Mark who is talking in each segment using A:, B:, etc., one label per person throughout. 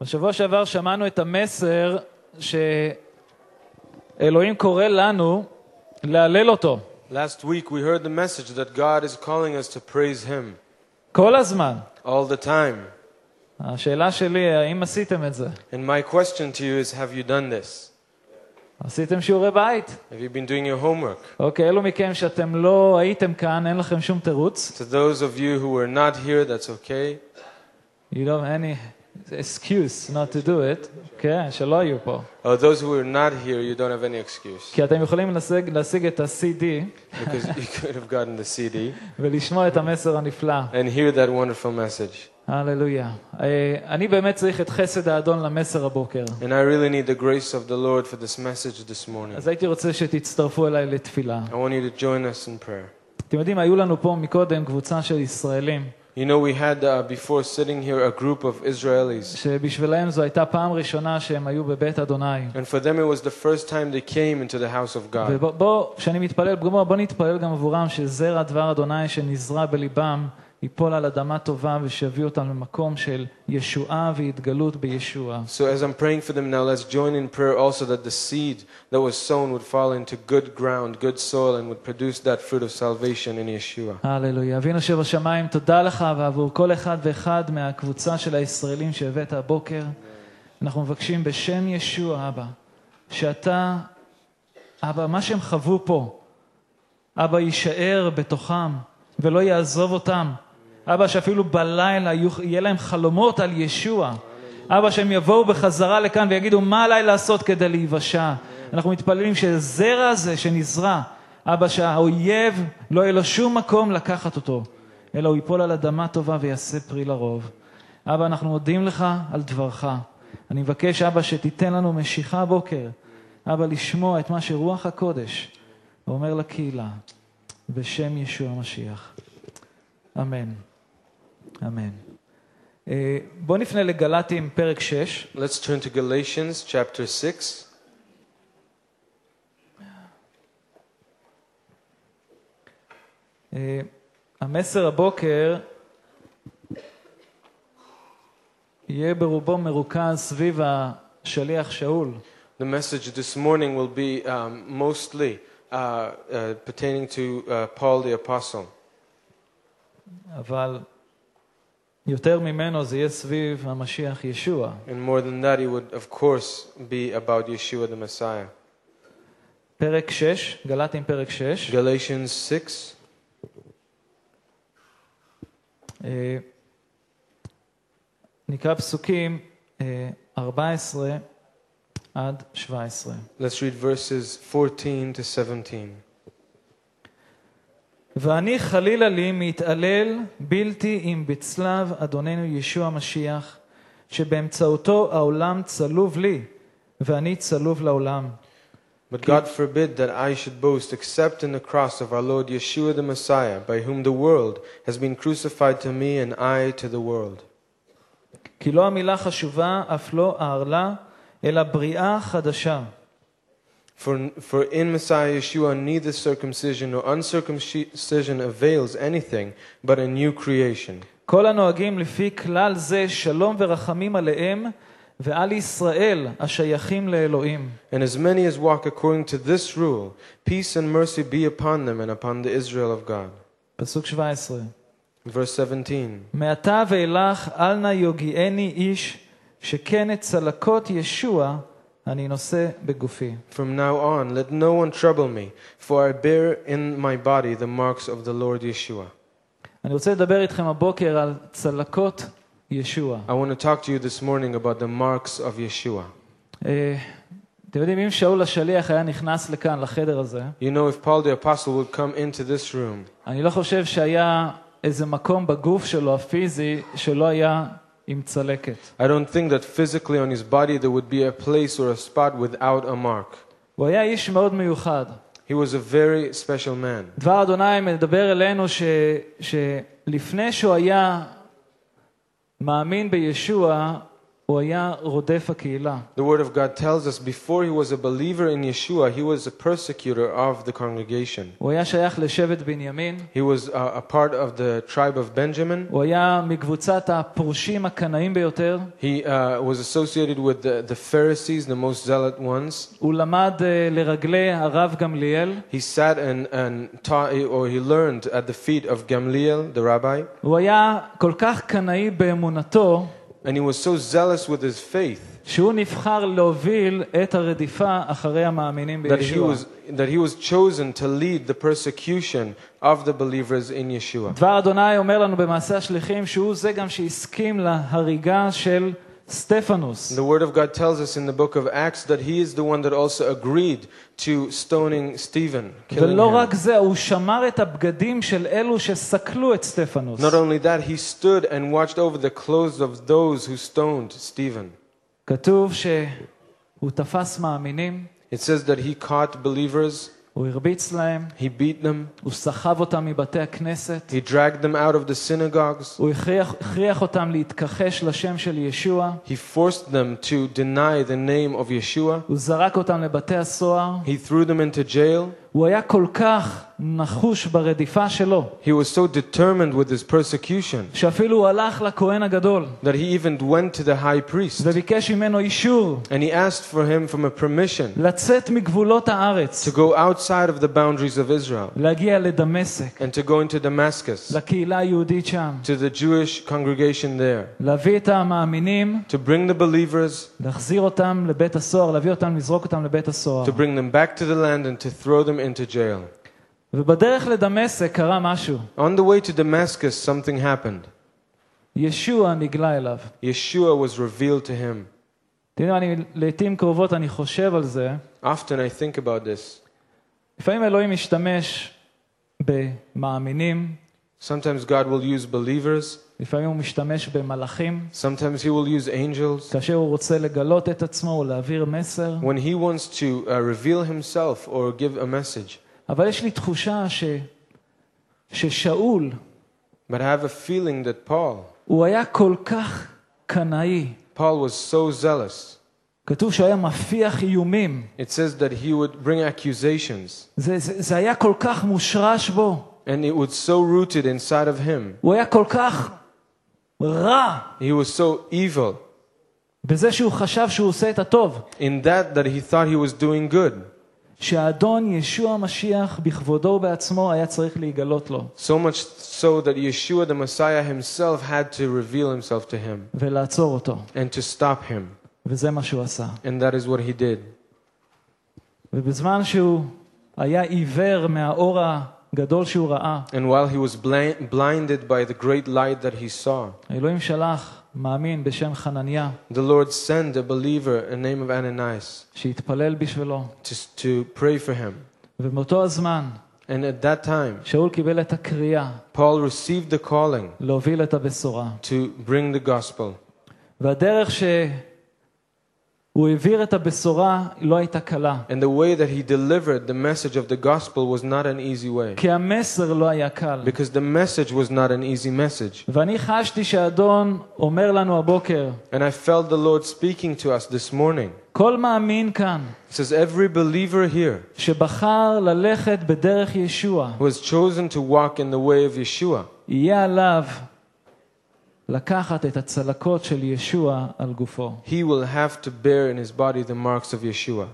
A: בשבוע שעבר שמענו את המסר שאלוהים קורא לנו להלל אותו
B: Last week we heard the message that God is calling us to praise Him
A: כל הזמן.
B: all the time.
A: השאלה שלי, האם עשיתם את זה?
B: And my question to you is have you done this?
A: עשיתם שיעורי בית?
B: Have you been doing your homework?
A: אוקיי, אלו מכם שאתם לא הייתם כאן, אין לכם שום תירוץ.
B: To those of you who were not here, that's okay.
A: You don't have any excuse not to do it. כן, שלא היו פה.
B: Or those who were not here, you don't have any excuse
A: כי אתם יכולים להשיג, להשיג את ה-CD
B: because you could have gotten the CD
A: ולשמוע את המסר הנפלא.
B: and hear that wonderful message.
A: הללויה. אה, אני באמת צריך את חסד האדון למסר הבוקר.
B: And I really need the grace of the Lord for this message this morning.
A: אז הייתי רוצה שתצטרפו אליי לתפילה.
B: I want you to join us in prayer.
A: אתם יודעים, היו לנו פה מקודם קבוצה של ישראלים,
B: You know, we had uh, before sitting here a group of Israelis,
A: שבשבילם זו הייתה פעם ראשונה שהם היו בבית אדוני.
B: and for them it was the first time they came into the house of God.
A: ובוא, כשאני מתפלל, בוא, בוא נתפלל גם עבורם שזרע דבר אדוני שנזרע בליבם ייפול על אדמה טובה ושיביא אותם למקום של ישועה והתגלות בישוע.
B: So as I'm praying for them now, let's join in prayer also that the seed that was sown would fall into good ground, good soil, and would produce that fruit of salvation in Yeshua.
A: הללויה. אבינו שבשמיים, תודה לך ועבור כל אחד ואחד מהקבוצה של הישראלים שהבאת הבוקר. אנחנו מבקשים בשם ישוע, אבא, שאתה, אבא, מה שהם חוו פה, אבא, יישאר בתוכם ולא יעזוב אותם. אבא, שאפילו בלילה יהיו- יהיה להם חלומות על ישוע. אבא, שהם יבואו בחזרה לכאן ויגידו, מה עליי לעשות כדי להיוושע? אנחנו מתפללים שהזרע הזה שנזרע, אבא, שהאויב, לא יהיה לו שום מקום לקחת אותו, אלא הוא ייפול על אדמה טובה ויעשה פרי לרוב. אבא, אנחנו מודים לך על דברך. אני מבקש, אבא, שתיתן לנו משיכה הבוקר, אבא, לשמוע את מה שרוח הקודש אומר לקהילה, בשם ישוע המשיח. אמן. אמן. אה, בואו נפנה לגלטים, פרק 6.
B: Let's turn to Galatians chapter 6.
A: אה, המסר הבוקר יהיה ברובו מרוכז סביב השליח שאול.
B: The message this morning will be um, mostly uh, uh, pertaining to uh, Paul the Apostle,
A: אבל יותר ממנו זה יהיה סביב המשיח ישוע.
B: and more than that, it would, of course, be about Yeshua the Messiah.
A: פרק 6, גל"טים פרק 6.
B: Galatians 6.
A: אה, נקרא פסוקים אה, 14 עד 17.
B: Let's read verses 14 to 17.
A: ואני חלילה לי מתעלל בלתי עם בצלב אדוננו ישוע המשיח, שבאמצעותו העולם צלוב לי, ואני צלוב לעולם.
B: But God forbid that I should boast except in the cross of our Lord Yeshua the Messiah, by whom the world has been crucified to me and I to the world.
A: כי לא המילה חשובה, אף לא הערלה, אלא בריאה חדשה.
B: For, for in Messiah Yeshua neither circumcision nor uncircumcision avails anything but a new creation.
A: כל הנוהגים לפי כלל זה שלום ורחמים עליהם ועל ישראל השייכים לאלוהים.
B: And as many as walk according to this rule, peace and mercy be upon them and upon the Israel of God.
A: פסוק 17.
B: Verse 17
A: מעתה ואילך אל נא יוגיעני איש, שכן את צלקות ישוע אני נושא בגופי.
B: From now on, let no one trouble me, for I bear in my body the marks of the Lord Yeshua.
A: אני רוצה לדבר איתכם הבוקר על צלקות ישוע.
B: I want to talk to you this morning about the marks of Yeshua.
A: אה, אתם יודעים, אם שאול השליח היה נכנס לכאן, לחדר הזה,
B: You know, if Paul the Apostle would come into this room,
A: אני לא חושב שהיה איזה מקום בגוף שלו, הפיזי, שלא היה עם צלקת.
B: I don't think that physically on his body there would be a place or a spot without a mark.
A: הוא היה איש מאוד מיוחד.
B: He was a very special man.
A: דבר אדוני מדבר אלינו ש, שלפני שהוא היה מאמין בישוע, הוא היה רודף הקהילה.
B: The Word of God tells us before he was a believer in Yeshua, he was a persecutor of the congregation.
A: הוא היה שייך לשבט בנימין,
B: He was uh, a part of the tribe of Benjamin.
A: הוא היה מקבוצת הפורשים הקנאים ביותר,
B: He uh, was associated with the, the Pharisees, the most zealot ones.
A: הוא למד אה, לרגלי הרב גמליאל,
B: He sat and, and taught, or he learned at the feet of Gamliel, the rabbi.
A: הוא היה כל כך קנאי באמונתו,
B: And he was so zealous with his faith
A: שהוא נבחר להוביל את הרדיפה אחרי המאמינים
B: that he,
A: בישוע.
B: was, that he was chosen to lead the persecution of the believers in Yeshua.
A: דבר אדוני אומר לנו במעשה השליחים שהוא זה גם שהסכים להריגה של סטפנוס.
B: The Word of God tells us in the book of Acts that he is the one that also agreed to stoning Stephen. killing
A: ולא
B: him.
A: רק זה, הוא שמר את הבגדים של אלו שסקלו את סטפנוס.
B: Not only that, he stood and watched over the clothes of those who stoned Stephen.
A: כתוב שהוא תפס מאמינים,
B: It says that he caught believers,
A: הוא הרביץ להם,
B: he beat them,
A: הוא סחב אותם מבתי הכנסת,
B: he dragged them out of the synagogues,
A: הוא הכריח, הכריח אותם להתכחש לשם של ישוע,
B: he forced them to deny the name of Yeshua,
A: הוא זרק אותם לבתי הסוהר.
B: he threw them into jail.
A: הוא היה כל כך נחוש ברדיפה שלו,
B: He was so determined with his persecution
A: שאפילו הוא הלך לכהן הגדול
B: that he even went to the high priest
A: וביקש ממנו אישור
B: and he asked for him from a permission
A: לצאת מגבולות הארץ,
B: to go outside of the boundaries of Israel
A: להגיע לדמשק,
B: and to go into Damascus,
A: לקהילה היהודית שם,
B: to the Jewish congregation there,
A: להביא את המאמינים,
B: to bring the believers,
A: להחזיר אותם לבית הסוהר, להביא אותם, לזרוק אותם לבית הסוהר.
B: to bring them back to the land and to throw them into jail.
A: ובדרך לדמשק קרה משהו,
B: On the way to Damascus, something happened.
A: ישוע נגלה אליו.
B: Yeshua was revealed to him.
A: אתם יודעים, אני, לעתים קרובות אני חושב על זה,
B: Often I think about this.
A: לפעמים אלוהים משתמש במאמינים,
B: Sometimes God will use believers,
A: לפעמים הוא משתמש במלאכים,
B: sometimes He will use angels.
A: כאשר הוא רוצה לגלות את עצמו ולהעביר מסר,
B: When He wants to uh, reveal Himself or give a message.
A: אבל יש לי תחושה ש... ששאול,
B: But I have a feeling that Paul,
A: הוא היה כל כך קנאי.
B: Paul was so zealous.
A: כתוב שהוא היה מפיח איומים.
B: It says that he would bring accusations,
A: זה, זה, זה היה כל כך מושרש בו.
B: and it was so rooted inside of him.
A: הוא היה כל כך רע
B: He was so evil
A: בזה שהוא חשב שהוא עושה את הטוב.
B: in that that he thought he was doing good.
A: שהאדון ישוע המשיח בכבודו ובעצמו היה צריך להיגלות לו
B: So much so that Yeshua the Messiah himself had to reveal himself to him
A: ולעצור אותו,
B: and to stop him.
A: וזה מה שהוא עשה.
B: And that is what he did.
A: ובזמן שהוא היה עיוור מהאור הגדול שהוא ראה,
B: And while he was blind, blinded by the great light that he saw,
A: אלוהים שלח מאמין בשם חנניה
B: the Lord sent a believer in the name of Ananias
A: שהתפלל בשבילו,
B: to, to pray for him.
A: ובאותו הזמן
B: And at that time,
A: שאול קיבל את הקריאה
B: Paul received the calling
A: להוביל את הבשורה.
B: to bring the gospel.
A: והדרך שהוא העביר את הבשורה לא הייתה קלה,
B: And the way that he delivered the message of the gospel was not an easy way.
A: כי המסר לא היה קל.
B: Because the message was not an easy message.
A: ואני חשתי שהאדון אומר לנו הבוקר,
B: And I felt the Lord speaking to us this morning.
A: כל מאמין כאן
B: It says, Every believer here
A: שבחר ללכת בדרך ישוע,
B: who has chosen to walk in the way of Yeshua,
A: יהיה עליו לקחת את הצלקות של ישוע על גופו.
B: he will have to bear in his body the marks of Yeshua.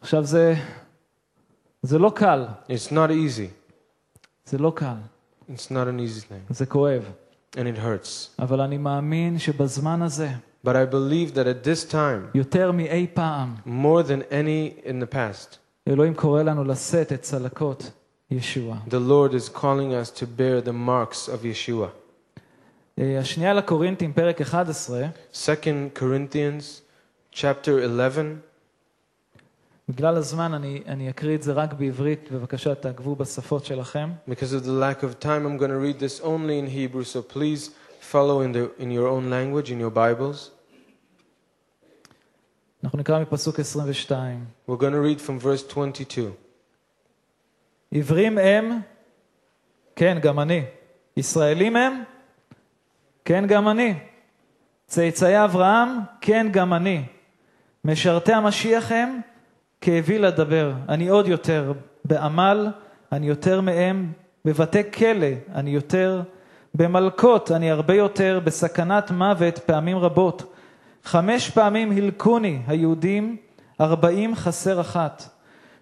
A: עכשיו זה, זה לא קל,
B: It's not easy.
A: זה לא קל,
B: It's not an easy thing.
A: זה כואב,
B: And it hurts.
A: אבל אני מאמין שבזמן הזה,
B: But I believe that at this time,
A: יותר מאי פעם,
B: more than any in the past,
A: אלוהים קורא לנו לשאת את צלקות ישוע.
B: the Lord is calling us to bear the marks of Yeshua.
A: אה, השנייה לקורינתים, פרק 11,
B: 2 Corinthians chapter 11.
A: בגלל הזמן אני, אני אקריא את זה רק בעברית, בבקשה תעקבו בשפות שלכם.
B: Because of the lack of time, I'm going to read this only in Hebrew, so please follow in, the, in your own language, in your Bibles.
A: אנחנו נקרא מפסוק 22.
B: We're going to read from verse 22.
A: עברים הם, כן, גם אני. ישראלים הם, כן, גם אני. צאצאי אברהם, כן גם אני. משרתי המשיח הם, כאבי לדבר. אני עוד יותר בעמל, אני יותר מהם. בבתי כלא, אני יותר. במלקות, אני הרבה יותר. בסכנת מוות, פעמים רבות. חמש פעמים הלקוני היהודים, ארבעים חסר אחת.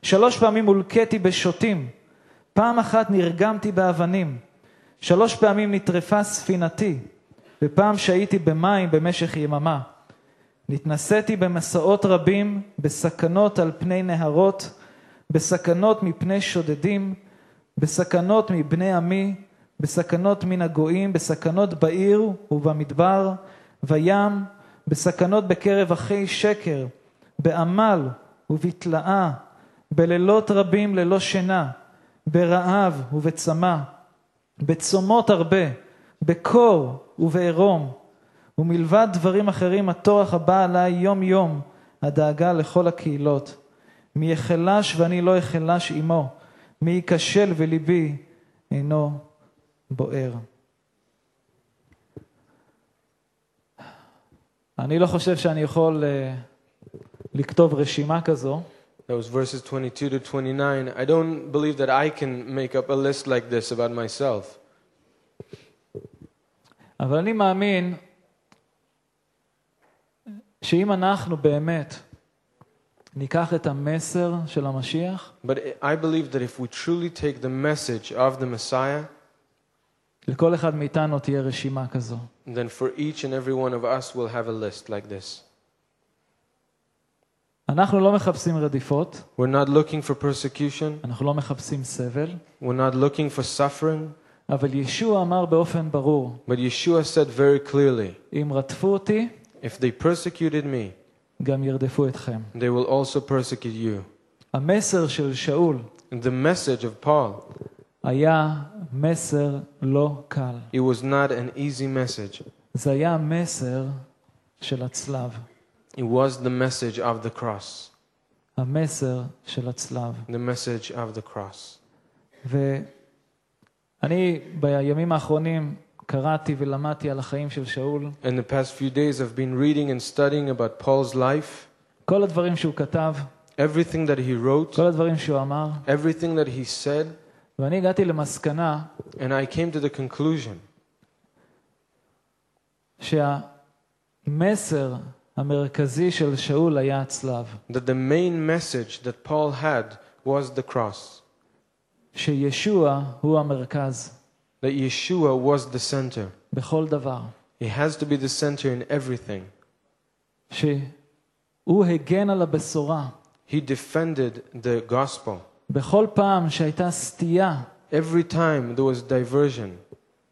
A: שלוש פעמים הולקיתי בשוטים. פעם אחת נרגמתי באבנים. שלוש פעמים נטרפה ספינתי, ופעם שהיתי במים במשך יממה. נתנסיתי במסעות רבים, בסכנות על פני נהרות, בסכנות מפני שודדים, בסכנות מבני עמי, בסכנות מן הגויים, בסכנות בעיר ובמדבר, וים, בסכנות בקרב אחי שקר, בעמל ובתלאה, בלילות רבים ללא שינה, ברעב ובצמא, בצומות הרבה, בקור ובעירום, ומלבד דברים אחרים, הטורח הבא עלי יום-יום, הדאגה לכל הקהילות. מי יחלש ואני לא יחלש עמו, מי ייכשל ולבי אינו בוער. אני לא חושב שאני יכול uh, לכתוב רשימה כזו.
B: Those verses 22 to 29, I don't believe that I can make up a list like this about myself.
A: אבל אני מאמין שאם אנחנו באמת ניקח את המסר של המשיח
B: But I believe that if we truly take the message of the Messiah,
A: לכל אחד מאיתנו תהיה רשימה כזו.
B: then for each and every one of us will have a list like this.
A: אנחנו לא מחפשים רדיפות,
B: We're not looking for persecution,
A: אנחנו לא מחפשים סבל,
B: we're not looking for suffering,
A: אבל ישוע אמר באופן ברור,
B: but Yeshua said very clearly
A: אם רדפו אותי,
B: if they persecuted me,
A: גם ירדפו אתכם.
B: they will also persecute you.
A: המסר של שאול
B: And the message of Paul,
A: היה מסר לא קל.
B: it was not an easy message,
A: זה היה המסר של הצלב,
B: it was the message of the cross.
A: המסר של הצלב.
B: The message of the cross.
A: ואני בימים האחרונים קראתי ולמדתי על החיים של שאול,
B: In the past few days, I've been reading and studying about Paul's life,
A: כל הדברים שהוא כתב,
B: everything that he wrote,
A: כל הדברים שהוא אמר,
B: everything that he said,
A: ואני הגעתי למסקנה
B: and I came to the conclusion
A: שהמסר המרכזי של שאול היה הצלב,
B: that the main message that Paul had was the cross,
A: שישוע הוא המרכז
B: that Yeshua was the center.
A: בכל דבר,
B: He has to be the center in everything.
A: שהוא הגן על הבשורה.
B: He defended the gospel.
A: בכל פעם שהייתה סטייה,
B: Every time there was diversion,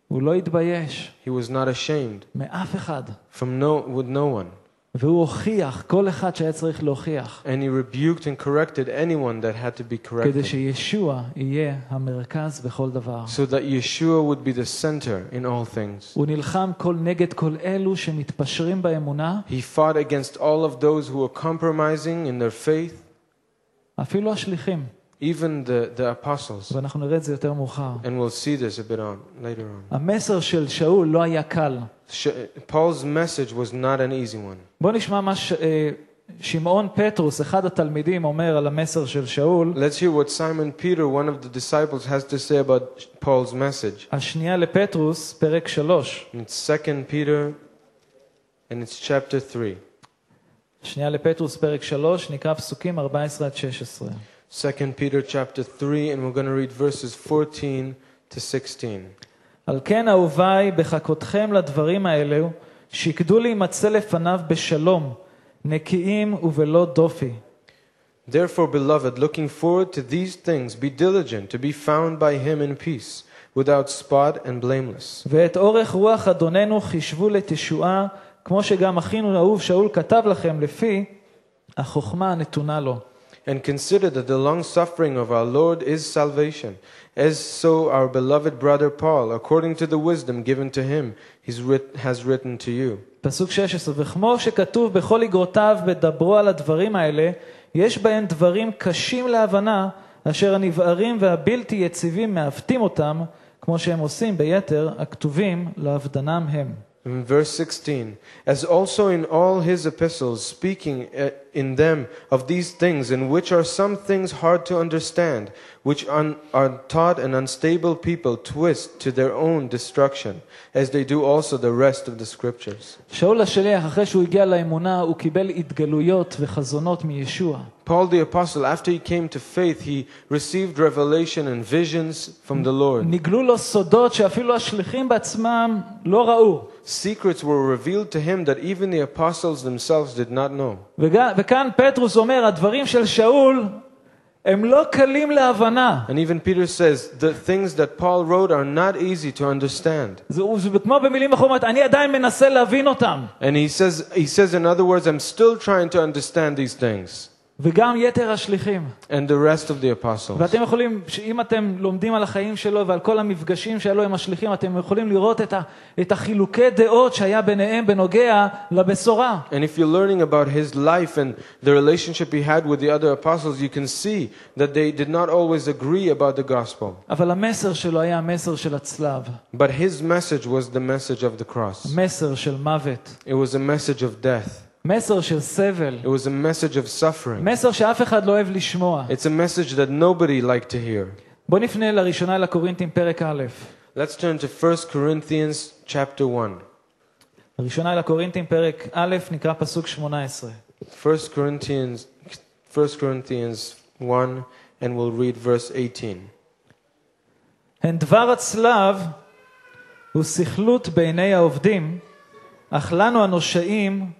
A: הוא לא התבייש
B: he was not ashamed
A: מאף אחד,
B: from no, with no one.
A: והוא הוכיח כל אחד שהיה צריך להוכיח.
B: And he rebuked and corrected anyone that had to be
A: כדי
B: corrected.
A: שישוע יהיה המרכז בכל דבר.
B: so that Yeshua would be the center in all things.
A: הוא נלחם כל נגד כל אלו שמתפשרים באמונה,
B: He fought against all of those who were compromising in their faith,
A: אפילו השליחים,
B: even the, the apostles.
A: ואנחנו נראה את זה יותר מאוחר.
B: And we'll see this a bit on later on.
A: המסר של שאול לא היה קל.
B: Sh- Paul's message was not an easy one.
A: בואו נשמע מה ש... אה, שמעון פטרוס, אחד התלמידים, אומר על המסר של שאול,
B: Let's hear what Simon Peter, one of the disciples, has to say about Paul's message.
A: השנייה לפטרוס, פרק שלוש.
B: In 2 Peter, and it's chapter 3.
A: שנייה לפטרוס, פרק שלוש, נקרא פסוקים 14 עד 16.
B: 2 Peter chapter 3, and we're going to read verses 14 to 16.
A: על כן, אהובי, בחכותכם לדברים האלו, שקדו להימצא לפניו בשלום, נקיים ובלא דופי.
B: Therefore, beloved, looking forward to these things, be diligent to be found by him in peace, without spot and blameless.
A: ואת אורך רוח אדוננו חישבו לתשועה, כמו שגם אחינו אהוב שאול כתב לכם, לפי החוכמה הנתונה לו.
B: And consider that the long suffering of our Lord is salvation, as so our beloved brother Paul, according to the wisdom given to him, he's writ- has written to you.
A: פסוק 16, וכמו שכתוב בכל איגרותיו בדברו על הדברים האלה, יש בהם דברים קשים להבנה, אשר הנבערים והבלתי יציבים מעוותים אותם, כמו שהם עושים ביתר הכתובים לאבדנם הם.
B: In verse 16, as also in all his epistles, speaking uh, in them of these things, in which are some things hard to understand, which un- are taught and unstable people twist to their own destruction, as they do also the rest of the scriptures.
A: שאול השליח, אחרי שהוא הגיע לאמונה, הוא קיבל התגלויות וחזונות מישוע.
B: Paul the Apostle, after he came to faith, he received revelation and visions from the Lord.
A: נגלו לו סודות שאפילו השליחים בעצמם לא ראו.
B: Secrets were revealed to him that even the apostles themselves did not know.
A: וג- וכאן פטרוס אומר, הדברים של שאול הם לא קלים להבנה.
B: And even Peter says, the things that Paul wrote are not easy to understand.
A: זה, זה כמו במילים אחרות, אני עדיין מנסה להבין אותם.
B: And he says, he says, in other words, I'm still trying to understand these things.
A: וגם יתר השליחים.
B: And the rest of the apostles.
A: ואתם יכולים, אם אתם לומדים על החיים שלו ועל כל המפגשים שהיו לו עם השליחים, אתם יכולים לראות את, ה, את החילוקי דעות שהיה ביניהם בנוגע לבשורה.
B: And if you're learning about his life and the relationship he had with the other apostles, you can see that they did not always agree about the gospel.
A: אבל המסר שלו היה המסר של הצלב,
B: But his message was the message of the cross.
A: מסר של מוות,
B: It was a message of death.
A: מסר של סבל,
B: It was a message of suffering.
A: מסר שאף אחד לא אוהב לשמוע.
B: It's a message that nobody liked to hear.
A: בואו נפנה לראשונה לקורינתים פרק א'.
B: Let's turn to 1 Corinthians chapter 1.
A: ראשונה לקורינתים פרק א', נקרא פסוק 18.
B: 1 Corinthians 1 Corinthians 1 and we'll read verse 18.
A: הן דבר הצלב הוא סכלות בעיני העובדים, אך לנו הנושעים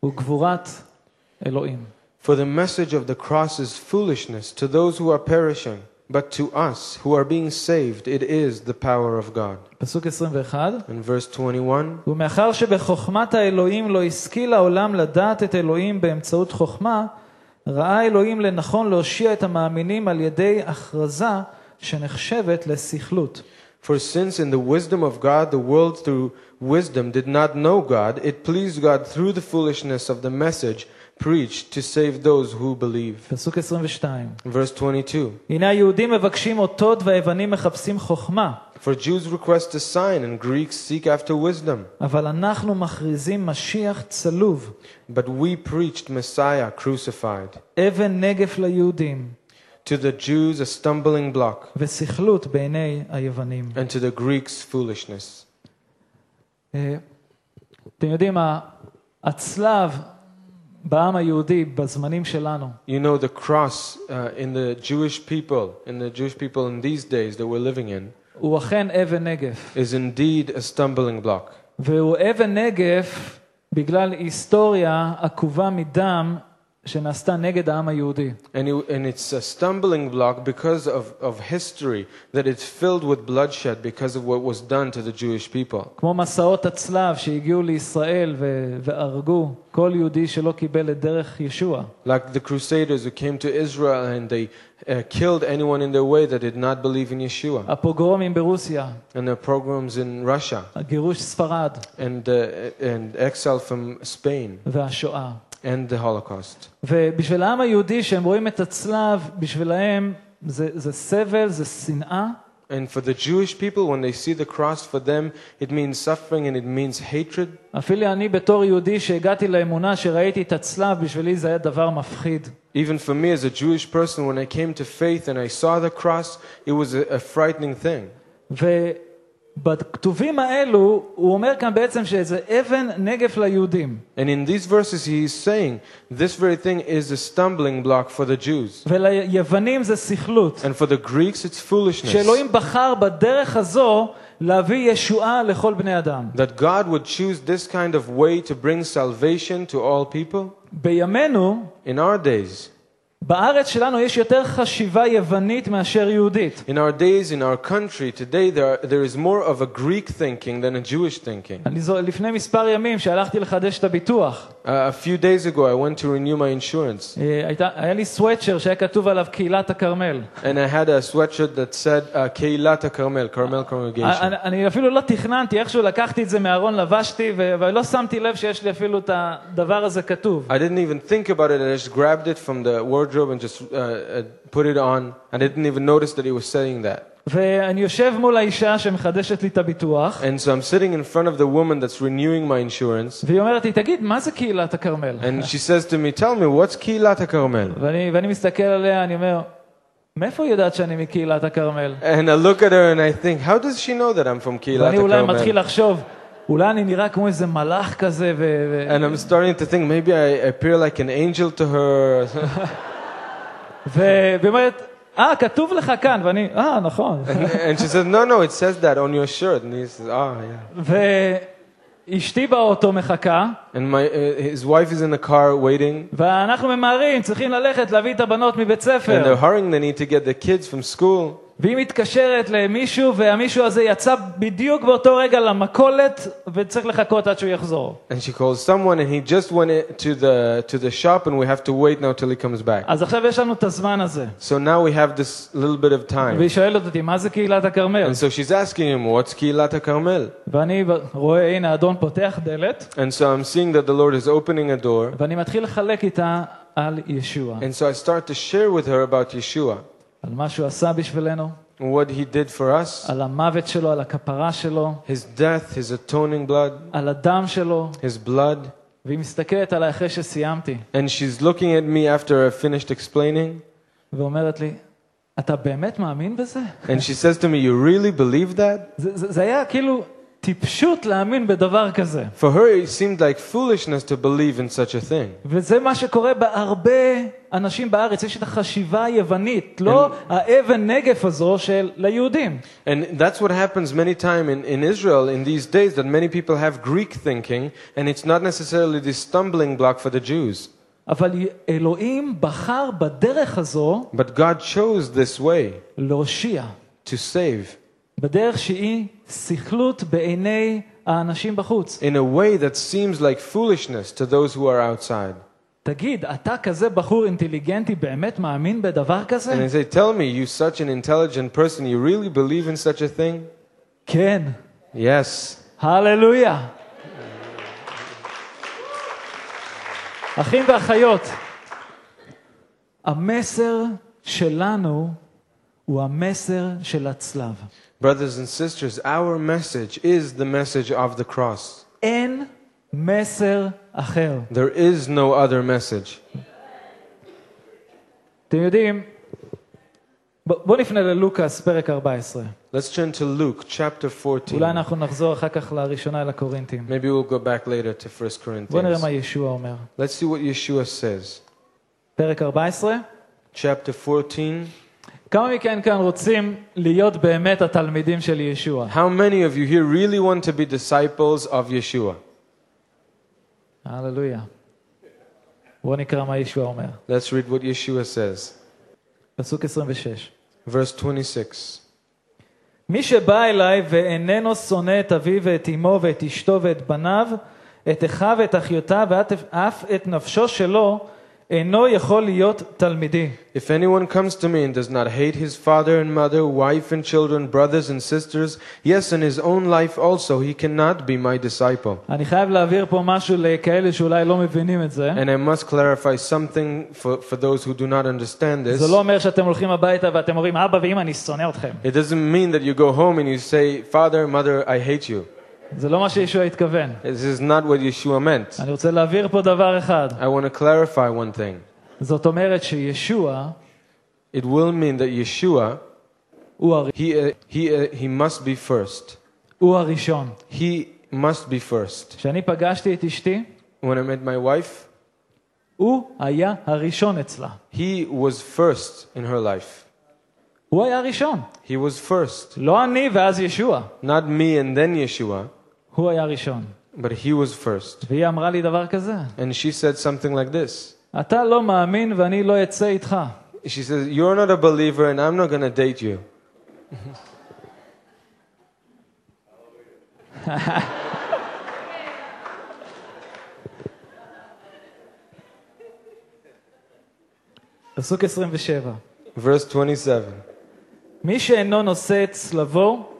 A: הוא גבורת אלוהים.
B: For the message of the cross is foolishness to those who are perishing, but to us who are being saved it is the power of God.
A: פסוק 21,
B: And verse 21,
A: ומאחר שבחוכמת האלוהים לא השכיל העולם לדעת את אלוהים באמצעות חוכמה, ראה אלוהים לנכון להושיע את המאמינים על ידי הכרזה שנחשבת לסכלות.
B: for since in the wisdom of God the world through wisdom did not know God, it pleased God through the foolishness of the message preached to save those who believe.
A: פסוק 22,
B: Verse 22,
A: הנה היהודים מבקשים אותות והיוונים מחפשים חוכמה.
B: for Jews request a sign and Greeks seek after wisdom,
A: אבל אנחנו מכריזים משיח צלוב,
B: but we preached Messiah crucified.
A: אבן נגף ליהודים
B: To the Jews a stumbling block,
A: וסכלות בעיני היוונים.
B: and to the Greeks foolishness.
A: אה, אתם יודעים, ה- הצלב בעם היהודי בזמנים שלנו,
B: You know, the cross uh, in the Jewish people, in the Jewish people in these days that we're living in,
A: הוא אכן אבן נגף,
B: is indeed a stumbling block.
A: והוא אבן נגף בגלל היסטוריה עקובה מדם שנעשתה נגד העם היהודי.
B: And, it, and it's a stumbling block because of, of history, that it's filled with bloodshed because of what was done to the Jewish people.
A: כמו מסעות הצלב שהגיעו לישראל ו- והרגו כל יהודי שלא קיבל את דרך ישוע.
B: Like the Crusaders who came to Israel and they uh, killed anyone in their way that did not believe in Yeshua.
A: הפוגרומים ברוסיה,
B: And the pogroms in Russia
A: גירוש ספרד
B: and, uh, and exile from Spain
A: והשואה.
B: and the Holocaust.
A: ובשביל העם היהודי, שהם רואים את הצלב, בשבילהם זה, זה סבל, זה שנאה,
B: And for the Jewish people, when they see the cross, for them it means suffering and it means hatred.
A: אפילו אני בתור יהודי שהגעתי לאמונה, שראיתי את הצלב, בשבילי זה היה דבר מפחיד.
B: Even for me as a Jewish person, when I came to faith and I saw the cross, it was a, a frightening thing.
A: ובכתובים האלו, הוא אומר כאן בעצם שזה אבן נגף ליהודים.
B: And in these verses, he's saying this very thing is a stumbling block for the Jews.
A: וליוונים זה סכלות.
B: And for the Greeks, it's foolishness.
A: שאלוהים בחר בדרך הזו להביא ישועה לכל בני אדם.
B: That God would choose this kind of way to bring salvation to all people.
A: בימינו,
B: In our days,
A: בארץ שלנו יש יותר חשיבה יוונית מאשר יהודית.
B: in our days, in our country, today, there, are, there is more of a Greek thinking than a Jewish thinking.
A: אני זו, לפני מספר ימים שהלכתי לחדש את הביטוח,
B: Uh, a few days ago, I went to renew my insurance,
A: אה, הייתה, היה לי סוואצ'ר שהיה כתוב עליו קהילת הכרמל.
B: and I had a sweatshirt that said uh, Keilata Carmel, Carmel Congregation.
A: אני, אני אפילו לא תכננתי, איכשהו לקחתי את זה מהארון, לבשתי, ו- ולא שמתי לב שיש לי אפילו את הדבר הזה כתוב.
B: I didn't even think about it. I just grabbed it from the wardrobe and just uh, uh, put it on. I didn't even notice that it was saying that.
A: ואני יושב מול האישה שמחדשת לי את הביטוח,
B: And so I'm sitting in front of the woman that's renewing my insurance,
A: והיא אומרת לי, תגיד, מה זה קהילת הכרמל?
B: and she says to me, Tell me, what's Kilata Carmel?
A: ואני, ואני מסתכל עליה, אני אומר, מאיפה היא יודעת שאני מקהילת הכרמל?
B: And I look at her and I think, How does she know that I'm from
A: ואני
B: Kilata
A: אולי מתחיל
B: Carmel?
A: לחשוב, אולי אני נראה כמו איזה מלאך כזה, ו- ו-
B: And I'm starting to think maybe I appear like an angel to her.
A: ו- והיא אומרת, אה, כתוב לך כאן, ואני, אה, נכון.
B: and she says, No, no, it says that on your shirt. And he says, Ah, yeah.
A: ואשתי באוטו מחכה,
B: And my, uh, his wife is in the car waiting,
A: ואנחנו ממהרים, צריכים ללכת להביא את הבנות מבית
B: and
A: ספר.
B: they're hurrying. They need to get the kids from school.
A: והיא מתקשרת למישהו, והמישהו הזה יצא בדיוק באותו רגע למכולת, וצריך לחכות עד שהוא יחזור.
B: And she calls someone, and he just went i- to the to the shop, and we have to wait now till he comes back.
A: אז עכשיו יש לנו את הזמן הזה.
B: So now we have this little bit of time.
A: והיא שואלת אותי, מה זה קהילת הכרמל?
B: And so she's asking him, "What's Kilata Carmel?"
A: ואני רואה, הנה, האדון פותח דלת,
B: And so I'm seeing that the Lord is opening a door,
A: ואני מתחיל לחלק איתה על ישוע,
B: and so I start to share with her about Yeshua,
A: על מה שהוא עשה בשבילנו,
B: what He did for us,
A: על המוות שלו, על הכפרה שלו,
B: His death, His atoning blood,
A: על הדם שלו,
B: His blood.
A: והיא מסתכלת עליי אחרי שסיימתי,
B: And she's looking at me after I finished explaining,
A: ואומרת לי, אתה באמת מאמין בזה?
B: and she says to me, "You really believe that?"
A: זה, זה, זה היה כאילו טיפשות להאמין בדבר כזה.
B: For her, it seemed like foolishness to believe in such a thing.
A: וזה מה שקורה בהרבה אנשים בארץ, יש את החשיבה היוונית, לא האבן נגף הזו של ליהודים.
B: And that's what happens many times in, in Israel in these days that many people have Greek thinking, and it's not necessarily the stumbling block for the Jews.
A: אבל אלוהים בחר בדרך הזו
B: But God chose this way
A: להושיע,
B: to save
A: בדרך שהיא סכלות בעיני האנשים בחוץ.
B: in a way that seems like foolishness to those who are outside.
A: תגיד, אתה כזה בחור אינטליגנטי באמת מאמין בדבר
B: And
A: כזה?
B: they say, Tell me, you such an intelligent person, you really believe in such a thing?
A: כן,
B: Yes.
A: הללויה. אחים ואחיות, המסר שלנו הוא המסר של הצלב.
B: Brothers and sisters, our message is the message of the cross.
A: אין מסר אחר.
B: There is no other message.
A: אתם יודעים, בואו נפנה ללוקאס, פרק 14.
B: Let's turn to Luke chapter
A: אולי
B: 14.
A: אנחנו נחזור אחר כך לראשונה אל הקורינתים.
B: Maybe we'll go back later to 1
A: בואו נראה
B: Corinthians.
A: מה ישוע אומר.
B: Let's see what Yeshua says.
A: פרק 14.
B: Chapter 14.
A: כמה מכן כאן רוצים להיות באמת התלמידים של ישוע?
B: How many of you here really want to be disciples of Yeshua?
A: הללויה. בואו נקרא מה ישוע אומר.
B: Let's read what Yeshua says.
A: פסוק 26.
B: Verse 26.
A: מי שבא אליי ואיננו שונא את אביו ואת אמו ואת אשתו ואת בניו, את אחיו ואת אחיותיו ואף את נפשו שלו, אינו יכול להיות תלמידי.
B: If anyone comes to me and does not hate his father and mother, wife and children, brothers and sisters, yes, and his own life also, he cannot be my disciple.
A: אני חייב להעביר פה משהו לכאלה שאולי לא מבינים את זה.
B: And I must clarify something for, for those who do not understand this.
A: זה לא אומר שאתם הולכים הביתה ואתם אומרים, אבא ואמא, אני שונא אתכם.
B: It doesn't mean that you go home and you say, Father, mother, I hate you.
A: זה לא מה שישוע התכוון.
B: This is not what Yeshua meant.
A: אני רוצה להבהיר פה דבר אחד.
B: I want to clarify one thing.
A: זאת אומרת שישוע
B: It will mean that Yeshua,
A: הוא, הר...
B: he, uh, he, uh, he must be first.
A: הוא הראשון.
B: He must be first.
A: כשאני פגשתי את אשתי,
B: When I met my wife,
A: הוא היה הראשון אצלה.
B: he was first in her life.
A: הוא היה הראשון.
B: He was first.
A: לא אני ואז ישוע.
B: Not me and then Yeshua,
A: הוא היה הראשון.
B: but he was first.
A: והיא אמרה לי דבר כזה,
B: And she said something like this.
A: אתה לא מאמין ואני לא אצא איתך.
B: She says, You're not a believer and I'm not going to date you.
A: פסוק 27.
B: Verse 27.
A: מי שאינו נושא את צלבו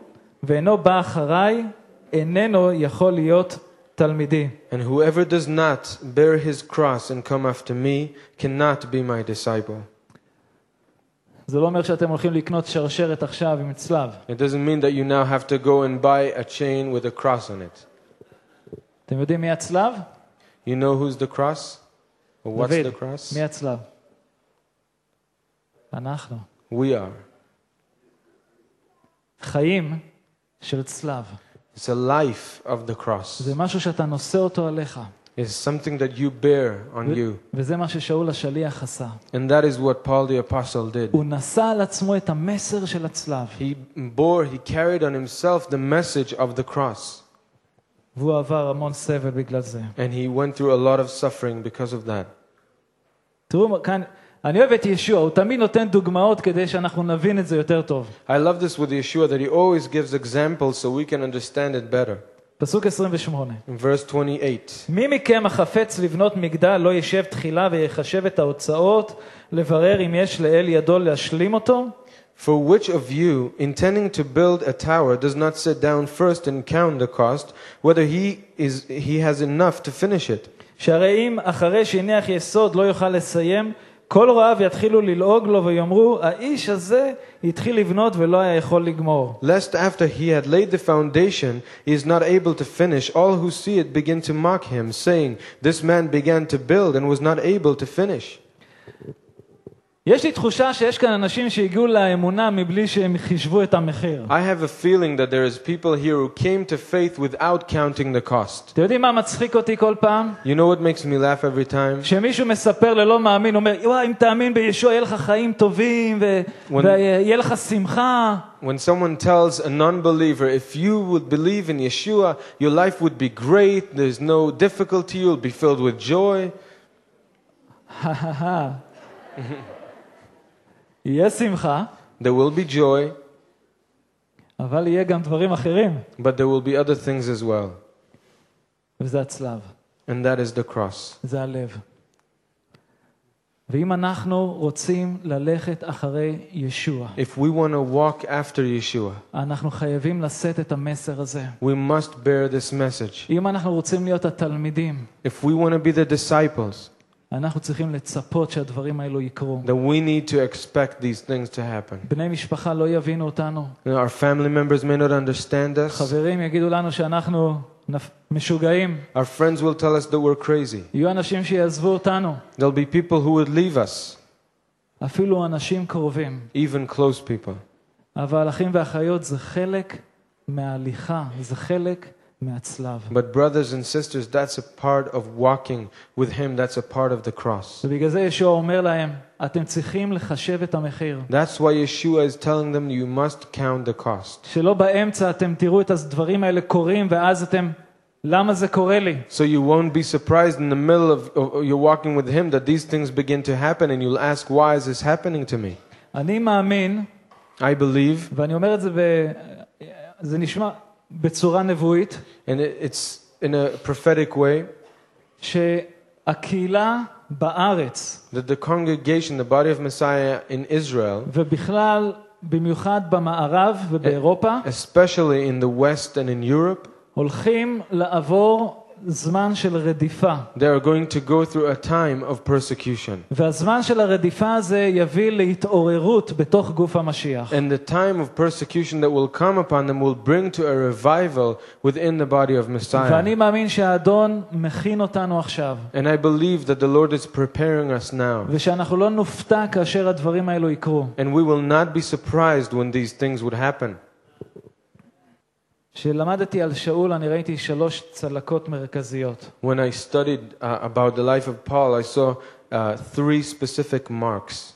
A: ואינו בא אחריי, איננו יכול להיות תלמידי.
B: And whoever does not bear his cross and come after me cannot be my disciple.
A: זה לא אומר שאתם הולכים לקנות שרשרת עכשיו עם צלב.
B: It doesn't mean that you now have to go and buy a chain with a cross on it.
A: אתם יודעים מי הצלב?
B: You know who's the cross? Or what's
A: דוד.
B: the cross?
A: מי הצלב? אנחנו.
B: We are.
A: חיים של צלב.
B: It's a life of the cross.
A: זה משהו שאתה נושא אותו עליך.
B: It's something that you bear on
A: ו-
B: you.
A: וזה מה ששאול השליח עשה.
B: And that is what Paul the Apostle did.
A: הוא נשא על עצמו את המסר של הצלב,
B: He bore, he carried on himself the message of the cross.
A: והוא עבר המון סבל בגלל זה.
B: And he went through a lot of suffering because of that.
A: תראו מה- כאן, אני אוהב את ישוע, הוא תמיד נותן דוגמאות כדי שאנחנו נבין את זה יותר טוב.
B: I love this with Yeshua that he always gives examples so we can understand it better.
A: פסוק 28.
B: In verse 28,
A: מי מכם החפץ לבנות מגדל לא ישב תחילה ויחשב את ההוצאות לברר אם יש לאל ידו להשלים אותו?
B: For which of you, intending to build a tower, does not sit down first and count the cost, whether he, is, he has enough to finish it?
A: שהרי אם אחרי שהניח יסוד לא יוכל לסיים, כל רעב יתחילו ללעוג לו ויאמרו, האיש הזה התחיל לבנות ולא היה יכול לגמור.
B: Lest after he had laid the foundation, he is not able to finish, all who see it begin to mock him, saying, This man began to build and was not able to finish.
A: יש לי תחושה שיש כאן אנשים שהגיעו לאמונה מבלי שהם חישבו את המחיר.
B: I have a feeling that there is people here who came to faith without counting the cost.
A: אתם יודעים מה מצחיק אותי כל פעם?
B: You know what makes me laugh every time?
A: כשמישהו מספר ללא מאמין, אומר, וואי, אם תאמין בישוע, יהיה לך חיים טובים, ו-
B: When-
A: ויהיה לך שמחה.
B: When someone tells a non believer, if you would believe in Yeshua, your life would be great, there's no difficulty, you'll be filled with joy.
A: יהיה שמחה,
B: There will be joy,
A: אבל יהיה גם דברים אחרים,
B: but there will be other things as well.
A: וזה הצלב,
B: And that is the cross.
A: זה הלב. ואם אנחנו רוצים ללכת אחרי ישוע,
B: If we want to walk after Yeshua,
A: אנחנו חייבים לשאת את המסר הזה.
B: we must bear this message.
A: אם אנחנו רוצים להיות התלמידים,
B: If we want to be the disciples,
A: אנחנו צריכים לצפות שהדברים האלו יקרו.
B: then we need to expect these things to happen.
A: בני משפחה לא יבינו אותנו,
B: You know, our family members may not understand us.
A: חברים יגידו לנו שאנחנו נפ- משוגעים.
B: Our friends will tell us that we're crazy.
A: יהיו אנשים שיעזבו אותנו,
B: There'll be people who would leave us,
A: אפילו אנשים קרובים.
B: even close people.
A: אבל אחים ואחיות זה חלק מההליכה, זה חלק מהצלב.
B: But, brothers and sisters, that's a part of walking with Him, that's a part of the cross.
A: ובגלל זה ישוע אומר להם, אתם צריכים לחשב את המחיר.
B: That's why Yeshua is telling them you must count the cost.
A: שלא באמצע אתם תראו את הדברים האלה קורים, ואז אתם, למה זה קורה לי?
B: So you won't be surprised in the middle of, of your walking with Him that these things begin to happen and you'll ask, Why is this happening to me?
A: אני מאמין,
B: I believe,
A: ואני אומר את זה ב... זה נשמע בצורה נבואית,
B: and it- it's in a prophetic way,
A: שהקהילה בארץ,
B: that the congregation, the body of Messiah in Israel,
A: ובכלל, במיוחד במערב ובאירופה,
B: especially in the West and in Europe,
A: הולכים לעבור זמן של רדיפה.
B: they are going to go through a time of persecution.
A: והזמן של הרדיפה הזה יביא להתעוררות בתוך גוף המשיח.
B: And the time of persecution that will come upon them will bring to a revival within the body of
A: ואני
B: Messiah.
A: מאמין שהאדון מכין אותנו עכשיו,
B: And I believe that the Lord is preparing us now.
A: ושאנחנו לא נופתע כאשר הדברים האלו יקרו.
B: And we will not be surprised when these things would happen.
A: כשלמדתי על שאול, אני ראיתי שלוש צלקות מרכזיות.
B: When I studied uh, about the life of Paul, I saw uh, three specific marks.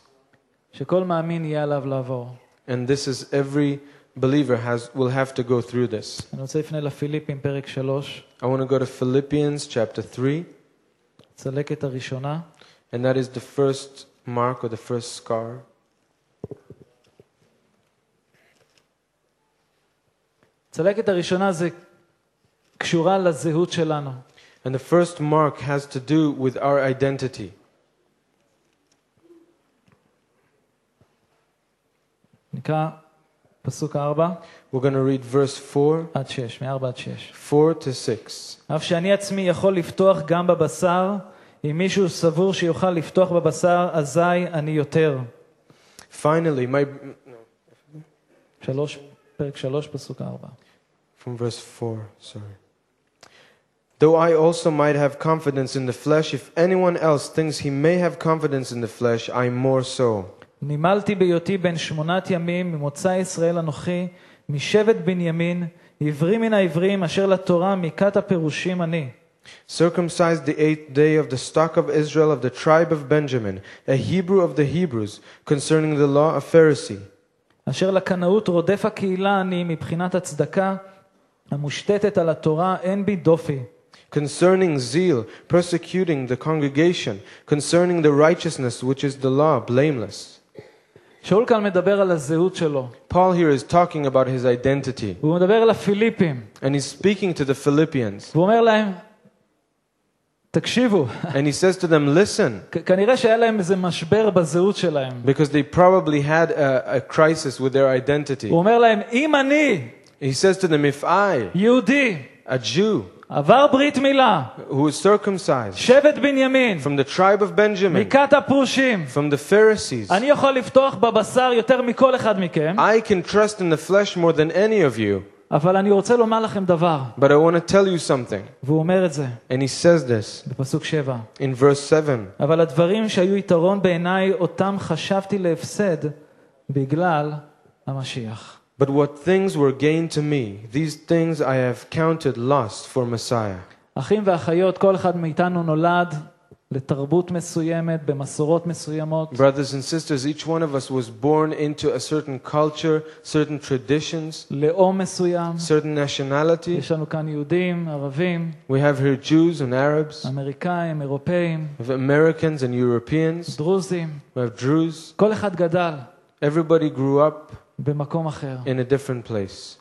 A: שכל מאמין יהיה עליו לעבור.
B: And this is every believer has, will have to go through this.
A: אני רוצה לפני לפיליפים, פרק שלוש,
B: I want to go to Philippians chapter 3,
A: הצלקת הראשונה.
B: and that is the first mark or the first scar.
A: הצלקת הראשונה זה קשורה לזהות שלנו.
B: And the first mark has to do with our identity.
A: נקרא פסוק ארבע
B: We're going to read verse 4,
A: עד שש, מארבע עד שש.
B: 4 to 6.
A: אף שאני עצמי יכול לפתוח גם בבשר, אם מישהו סבור שיוכל לפתוח בבשר, אזי אני יותר.
B: Finally, my
A: שלוש, פרק שלוש, פסוק ארבע.
B: from verse 4, sorry. Though I also might have confidence in the flesh, if anyone else thinks he may have confidence in the flesh, I more so.
A: נמלתי בהיותי בן שמונת ימים ממוצא ישראל אנוכי, משבט בנימין, עברי מן העברים, אשר לתורה מכת הפירושים אני.
B: Circumcised the eighth day of the stock of Israel of the tribe of Benjamin, a Hebrew of the Hebrews, concerning the law of Pharisee.
A: אשר לקנאות רודף הקהילה אני מבחינת הצדקה, המושתתת על התורה אין בי דופי.
B: concerning zeal, persecuting the congregation, concerning the righteousness which is the law, blameless.
A: שאול כאן מדבר על הזהות שלו,
B: Paul here is talking about his identity,
A: והוא מדבר על הפיליפים,
B: and he's speaking to the Philippians,
A: והוא אומר להם, תקשיבו,
B: and he says to them, Listen,
A: כ- כנראה שהיה להם איזה משבר בזהות שלהם.
B: because they probably had a, a crisis with their identity.
A: הוא אומר להם, אם אני,
B: He says to them, If I,
A: יהודי,
B: a Jew
A: עבר ברית מילה,
B: who is circumcised
A: שבט בנימין,
B: from the tribe of Benjamin,
A: מכת הפרושים,
B: from the Pharisees,
A: אני יכול לבטוח בבשר יותר מכל אחד מכם,
B: I can trust in the flesh more than any of you,
A: אבל אני רוצה לומר לכם דבר,
B: but I want to tell you something.
A: והוא אומר את זה
B: And he says this
A: בפסוק שבע.
B: in verse 7.
A: אבל הדברים שהיו יתרון בעיניי, אותם חשבתי להפסד בגלל המשיח.
B: But what things were gain to me, these things I have counted loss for Messiah.
A: אחים ואחיות, כל אחד מאיתנו נולד לתרבות מסוימת, במסורות מסוימות,
B: Brothers and sisters, each one of us was born into a certain culture, certain traditions,
A: לאום מסוים.
B: certain nationality.
A: יש לנו כאן יהודים, ערבים,
B: We have here Jews and Arabs,
A: אמריקאים, אירופאים,
B: we have Americans and Europeans,
A: דרוזים.
B: we have Druze.
A: כל אחד גדל
B: Everybody grew up
A: במקום אחר.
B: in a different place.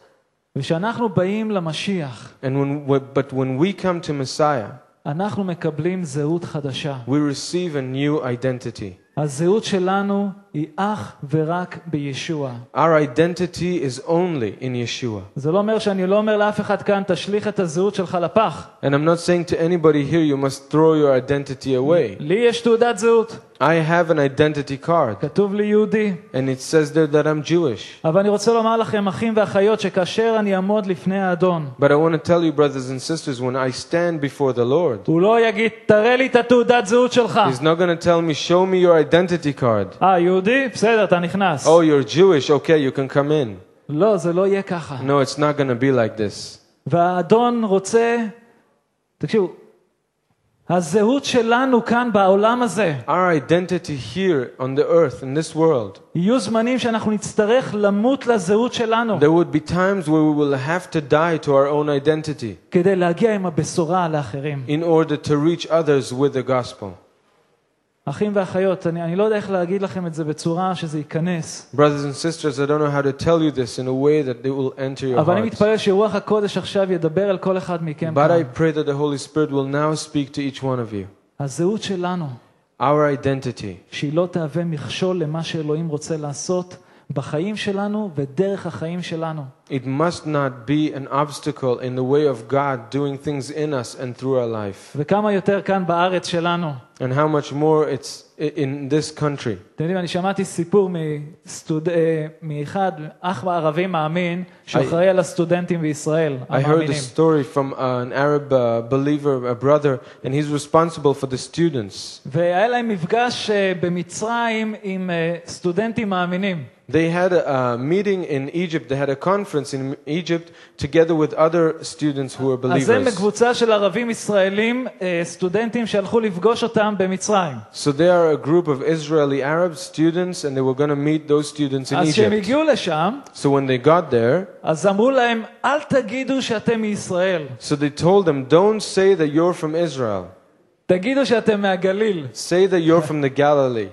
A: וכשאנחנו bאים למשיח,
B: And when we, but when we come to Messiah,
A: אנחנו מקבלים זהות חדשה.
B: we receive a new identity.
A: הזהות שלנו היא אך ורק בישוע.
B: Our identity is only in Yeshua.
A: זה לא אומר שאני לא אומר לאף אחד כאן, תשליך את הזהות שלך לפח.
B: And I'm not saying to anybody here, you must throw your identity away.
A: לי יש תעודת זהות,
B: I have an identity card,
A: כתוב לי יהודי.
B: and it says there that I'm Jewish.
A: אבל אני רוצה לומר לכם, אחים ואחיות, שכאשר אני אעמוד לפני האדון,
B: But I want to tell you, brothers and sisters, when I stand before the Lord,
A: הוא לא יגיד, תראה לי את התעודת זהות שלך.
B: He's not going to tell me, show me your identity card.
A: אה, יהודי? בסדר, אתה נכנס.
B: Oh, you're Jewish. Okay, you can come in.
A: לא, זה לא יהיה ככה.
B: No, it's not going to be like this.
A: והאדון רוצה, תקשיבו, הזהות שלנו כאן בעולם הזה,
B: Our identity here on the earth, in this world,
A: יהיו זמנים שאנחנו נצטרך למות לזהות שלנו
B: there would be times where we will have to die to our own identity
A: כדי להגיע עם הבשורה לאחרים.
B: in order to reach others with the gospel.
A: אחים ואחיות, אני, אני לא יודע איך להגיד לכם את זה בצורה שזה ייכנס,
B: Brothers and sisters, I don't know how to tell you this in a way that it will enter your
A: אבל אני
B: heart.
A: מתפלל שרוח הקודש עכשיו ידבר על כל אחד מכם.
B: But
A: כאן.
B: I pray that the Holy Spirit will now speak to each one of you.
A: הזהות שלנו,
B: Our identity,
A: שהיא לא תהווה מכשול למה שאלוהים רוצה לעשות בחיים שלנו ודרך החיים שלנו.
B: it must not be an obstacle in the way of God doing things in us and through our life.
A: וכמה יותר כאן בארץ שלנו.
B: And how much more it's i- in this country.
A: אתם יודעים, אני שמעתי סיפור מסטוד... אה, מאחד, אח ערבי מאמין, שאחראי על הסטודנטים בישראל,
B: I heard a
A: המאמינים.
B: story from uh, an Arab uh, believer, a brother, and he's responsible for the students.
A: והיה להם מפגש אה, במצרים עם אה, סטודנטים מאמינים.
B: They had a, a meeting in Egypt, they had a conference in Egypt together with other students who were
A: אז הם
B: believers.
A: בקבוצה של ערבים ישראלים, אה, סטודנטים שהלכו לפגוש אותם במצרים.
B: So they are a group of Israeli Arab students, and they were going to meet those students in
A: אז כשהם
B: Egypt.
A: הגיעו לשם,
B: So when they got there,
A: אז אמרו להם, אל תגידו שאתם מישראל,
B: so they told them, "Don't say that you're from Israel.
A: תגידו שאתם מהגליל.
B: Say that you're from the Galilee,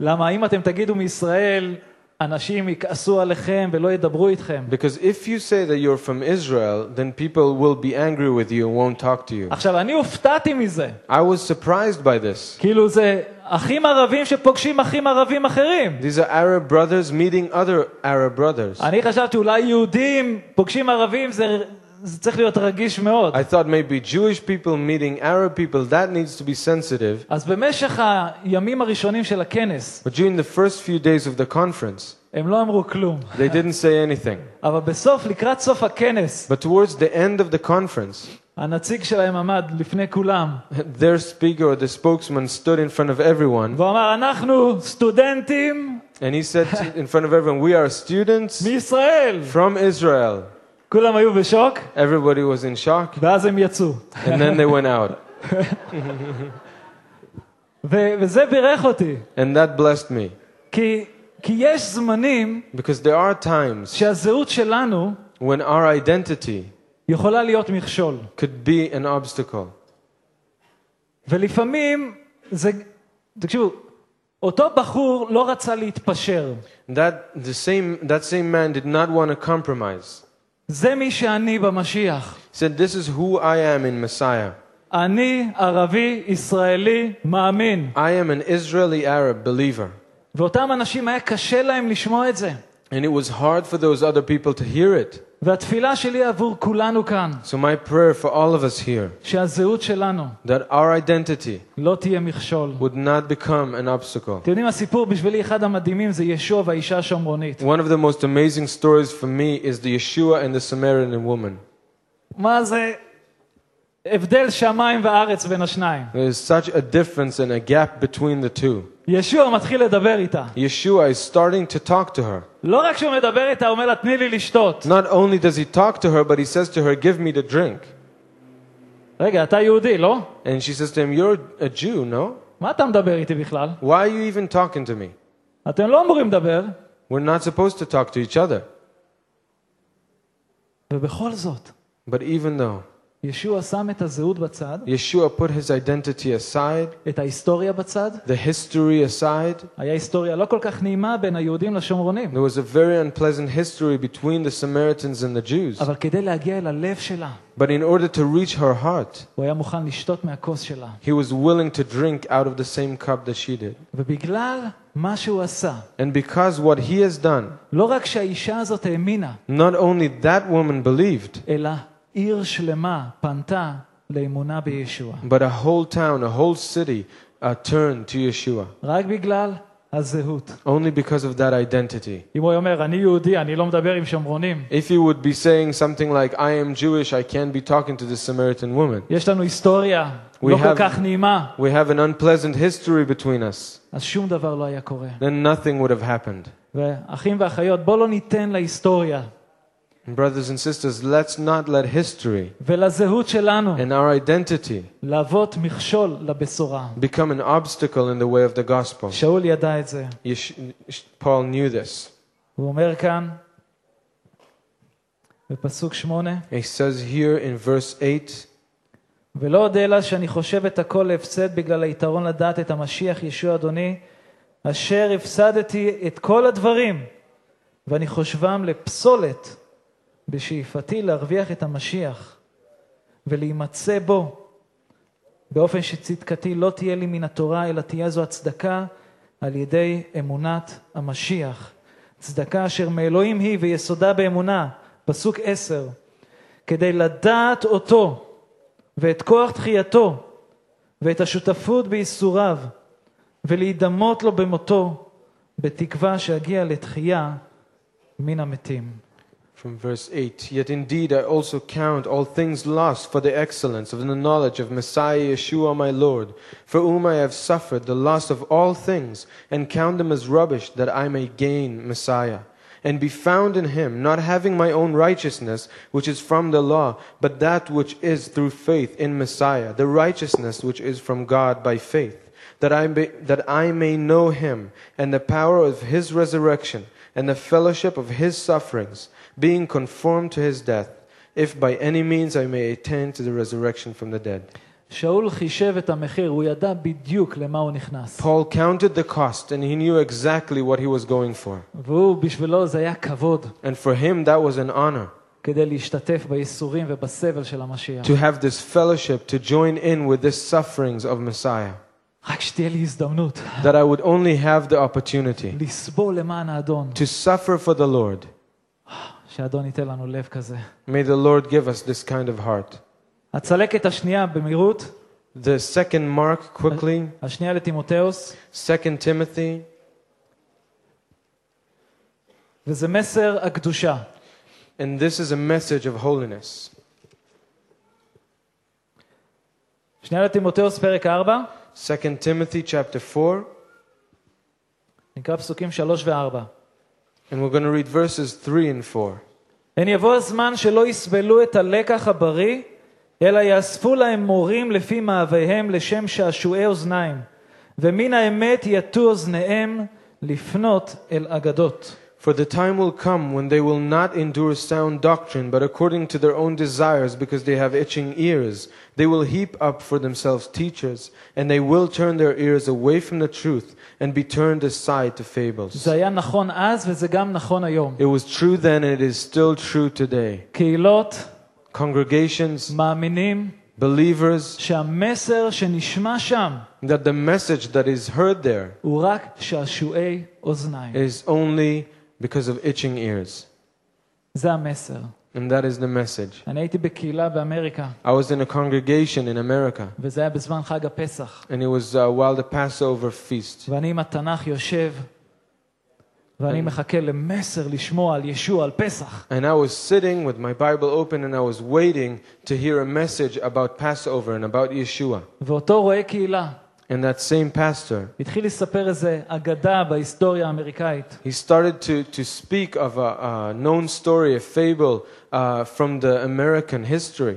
A: למה אם אתם תגידו מישראל, אנשים יכעסו עליכם ולא ידברו איתכם.
B: because if you say that you're from Israel, then people will be angry with you and won't talk to you."
A: עכשיו, אני הופתעתי מזה.
B: I was surprised by this.
A: כאילו זה אחים ערבים שפוגשים אחים ערבים אחרים.
B: These are Arab brothers meeting other Arab brothers.
A: אני חשבתי אולי יהודים פוגשים ערבים זה, זה צריך להיות רגיש מאוד.
B: I thought maybe Jewish people meeting Arab people, that needs to be sensitive.
A: אז במשך הימים הראשונים של הכנס,
B: But during the first few days of the conference,
A: הם לא אמרו כלום.
B: they didn't say anything.
A: אבל בסוף, לקראת סוף הכנס,
B: But towards the end of the conference,
A: הנציג שלהם עמד לפני כולם,
B: their speaker or the spokesman stood in front of everyone
A: והוא אמר, אנחנו סטודנטים
B: and he said to- in front of everyone, We are students
A: מישראל.
B: from Israel.
A: כולם היו בשוק,
B: Everybody was in shock
A: ואז הם יצאו.
B: and then they went out.
A: ו- וזה בירך אותי,
B: And that blessed me
A: כי, כי יש זמנים
B: because there are times
A: שהזהות שלנו
B: when our identity
A: יכולה להיות מכשול.
B: could be an obstacle.
A: ולפעמים זה, תקשיבו, אותו בחור לא רצה להתפשר.
B: That, the same, that same man did not want to compromise.
A: זה מי שאני במשיח.
B: He said, This is who I am in Messiah.
A: אני ערבי ישראלי מאמין.
B: I am an Israeli Arab believer.
A: ואותם אנשים היה קשה להם לשמוע את זה.
B: And it was hard for those other people to hear it.
A: והתפילה שלי עבור כולנו כאן,
B: So, my prayer for all of us here
A: שהזהות שלנו
B: that our identity
A: לא תהיה מכשול.
B: would not become an obstacle.
A: אתם יודעים, הסיפור בשבילי אחד המדהימים זה ישוע והאישה השומרונית.
B: One of the most amazing stories for me is the Yeshua and the Samaritan woman.
A: מה זה הבדל שמיים וארץ בין השניים.
B: There is such a difference and a gap between the two.
A: ישוע מתחיל לדבר איתה.
B: Yeshua is starting to talk to her.
A: לא רק שהוא מדבר איתה, הוא אומר לה, תני לי לשתות.
B: Not only does he talk to her, but he says to her, Give me to drink.
A: רגע, אתה יהודי, לא?
B: And she says to him, You're a Jew, no?
A: מה אתה מדבר איתי בכלל?
B: Why are you even talking to me?
A: אתם לא אמורים לדבר.
B: We're not supposed to talk to each other.
A: ובכל זאת,
B: But even though
A: ישוע שם את הזהות בצד,
B: Yeshua put his identity aside,
A: את ההיסטוריה בצד,
B: the history aside,
A: היה היסטוריה לא כל כך נעימה בין היהודים לשומרונים,
B: there was a very unpleasant history between the Samaritans and the Jews.
A: אבל כדי להגיע אל הלב שלה,
B: But in order to reach her heart,
A: הוא היה מוכן לשתות מהכוס שלה.
B: he was willing to drink out of the same cup that she did.
A: ובגלל מה שהוא עשה,
B: And because what he has done,
A: לא רק שהאישה הזאת האמינה,
B: not only that woman believed,
A: אלא עיר שלמה פנתה לאמונה בישוע.
B: but a whole town, a whole city uh, turned to Yeshua.
A: רק בגלל הזהות.
B: Only because of that identity.
A: אם הוא היה אומר, אני יהודי, אני לא מדבר עם שומרונים,
B: If he would be saying something like, I am Jewish, I can't be talking to this Samaritan woman.
A: יש לנו היסטוריה
B: We
A: לא
B: have-
A: כל כך נעימה,
B: We have an unpleasant history between us.
A: אז שום דבר לא היה קורה.
B: Then nothing would have happened.
A: ואחים ואחיות, בואו לא ניתן להיסטוריה
B: And brothers and sisters, let's not let history
A: ולזהות שלנו
B: and our identity
A: להוות מכשול לבשורה.
B: become an obstacle in the way of the gospel.
A: שאול ידע את זה.
B: Yesh- Paul knew this.
A: הוא אומר כאן, בפסוק שמונה,
B: He says here in verse 8,
A: ולא אודה לה שאני חושב את הכל להפסד בגלל היתרון לדעת את המשיח ישוע אדוני, אשר הפסדתי את כל הדברים, ואני חושבם לפסולת, בשאיפתי להרוויח את המשיח, ולהימצא בו, באופן שצדקתי לא תהיה לי מן התורה, אלא תהיה זו הצדקה על ידי אמונת המשיח. צדקה אשר מאלוהים היא ויסודה באמונה, פסוק עשר, כדי לדעת אותו, ואת כוח תחייתו, ואת השותפות בייסוריו, ולהידמות לו במותו, בתקווה שאגיע לתחייה מן המתים.
B: from verse 8, Yet indeed I also count all things lost for the excellence of the knowledge of Messiah Yeshua my Lord, for whom I have suffered the loss of all things, and count them as rubbish, that I may gain Messiah. And be found in him, not having my own righteousness, which is from the law, but that which is through faith in Messiah, the righteousness which is from God by faith. that I, may, that I may know him and the power of his resurrection and the fellowship of his sufferings, being conformed to his death, if by any means I may attain to the resurrection from the dead.
A: שאול חישב את המחיר, הוא ידע בדיוק למה הוא נכנס.
B: Paul counted the cost and he knew exactly what he was going for.
A: והוא, בשבילו זה היה כבוד
B: And for him, that was an honor
A: כדי להשתתף בייסורים ובסבל של המשיח.
B: to have this fellowship, to join in with the sufferings of Messiah.
A: רק שתהיה לי הזדמנות
B: That I would only have the opportunity
A: לסבול למען האדון,
B: to suffer for the Lord,
A: שהאדון ייתן לנו לב כזה.
B: May the Lord give us this kind of heart.
A: הצלקת השנייה במהירות,
B: The second mark, quickly,
A: השנייה לטימותאוס,
B: Second Timothy,
A: וזה מסר הקדושה.
B: and this is a message of holiness.
A: שנייה לטימותאוס פרק 4,
B: Second Timothy chapter 4,
A: נקרא פסוקים 3 ו-4.
B: and we're going to read verses 3 and 4.
A: הן יבוא הזמן שלא יסבלו את הלקח הבריא, אלא יאספו להם מורים לפי מאוויהם לשם שעשועי אוזניים, ומן האמת יטו אוזניהם לפנות אל אגדות.
B: For the time will come when they will not endure sound doctrine, but according to their own desires, because they have itching ears. They will heap up for themselves teachers, and they will turn their ears away from the truth and be turned aside to fables.
A: זה היה נכון אז וזה גם נכון היום.
B: It was true then, and it is still true today.
A: קהילות,
B: Congregations,
A: מאמינים,
B: believers,
A: שהמסר שנשמע שם
B: that the message that is heard there
A: הוא רק שעשועי אוזניים.
B: is only because of itching ears.
A: זה המסר.
B: And that is the message.
A: אני הייתי בקהילה באמריקה,
B: I was in a congregation in America,
A: וזה היה בזמן חג הפסח,
B: and it was uh, while the Passover feast.
A: ואני עם התנ"ך יושב, ואני מחכה למסר לשמוע על ישוע, על פסח.
B: And I was sitting with my Bible open and I was waiting to hear a message about Passover and about Yeshua.
A: ואותו רואה קהילה
B: And that same pastor,
A: התחיל לספר איזה אגדה בהיסטוריה האמריקאית.
B: he started to, to speak of a, a known story, a fable uh, from the American history.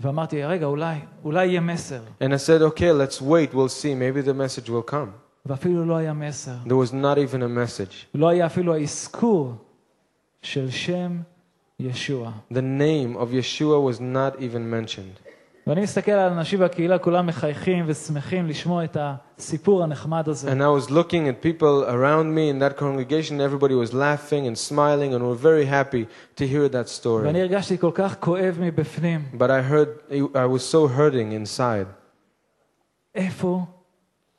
A: ואמרתי, רגע, אולי, אולי יהיה מסר.
B: And I said, okay, let's wait, we'll see, maybe the message will come.
A: ואפילו לא היה מסר.
B: There was not even a message.
A: לא היה אפילו האזכור של שם ישוע.
B: The name of Yeshua was not even mentioned.
A: ואני מסתכל על אנשים בקהילה, כולם מחייכים ושמחים לשמוע את הסיפור הנחמד הזה.
B: And I was looking at people around me in that congregation. Everybody was laughing and smiling and were very happy to hear that
A: ואני
B: story.
A: הרגשתי כל כך כואב מבפנים.
B: But I heard, I was so hurting inside.
A: איפה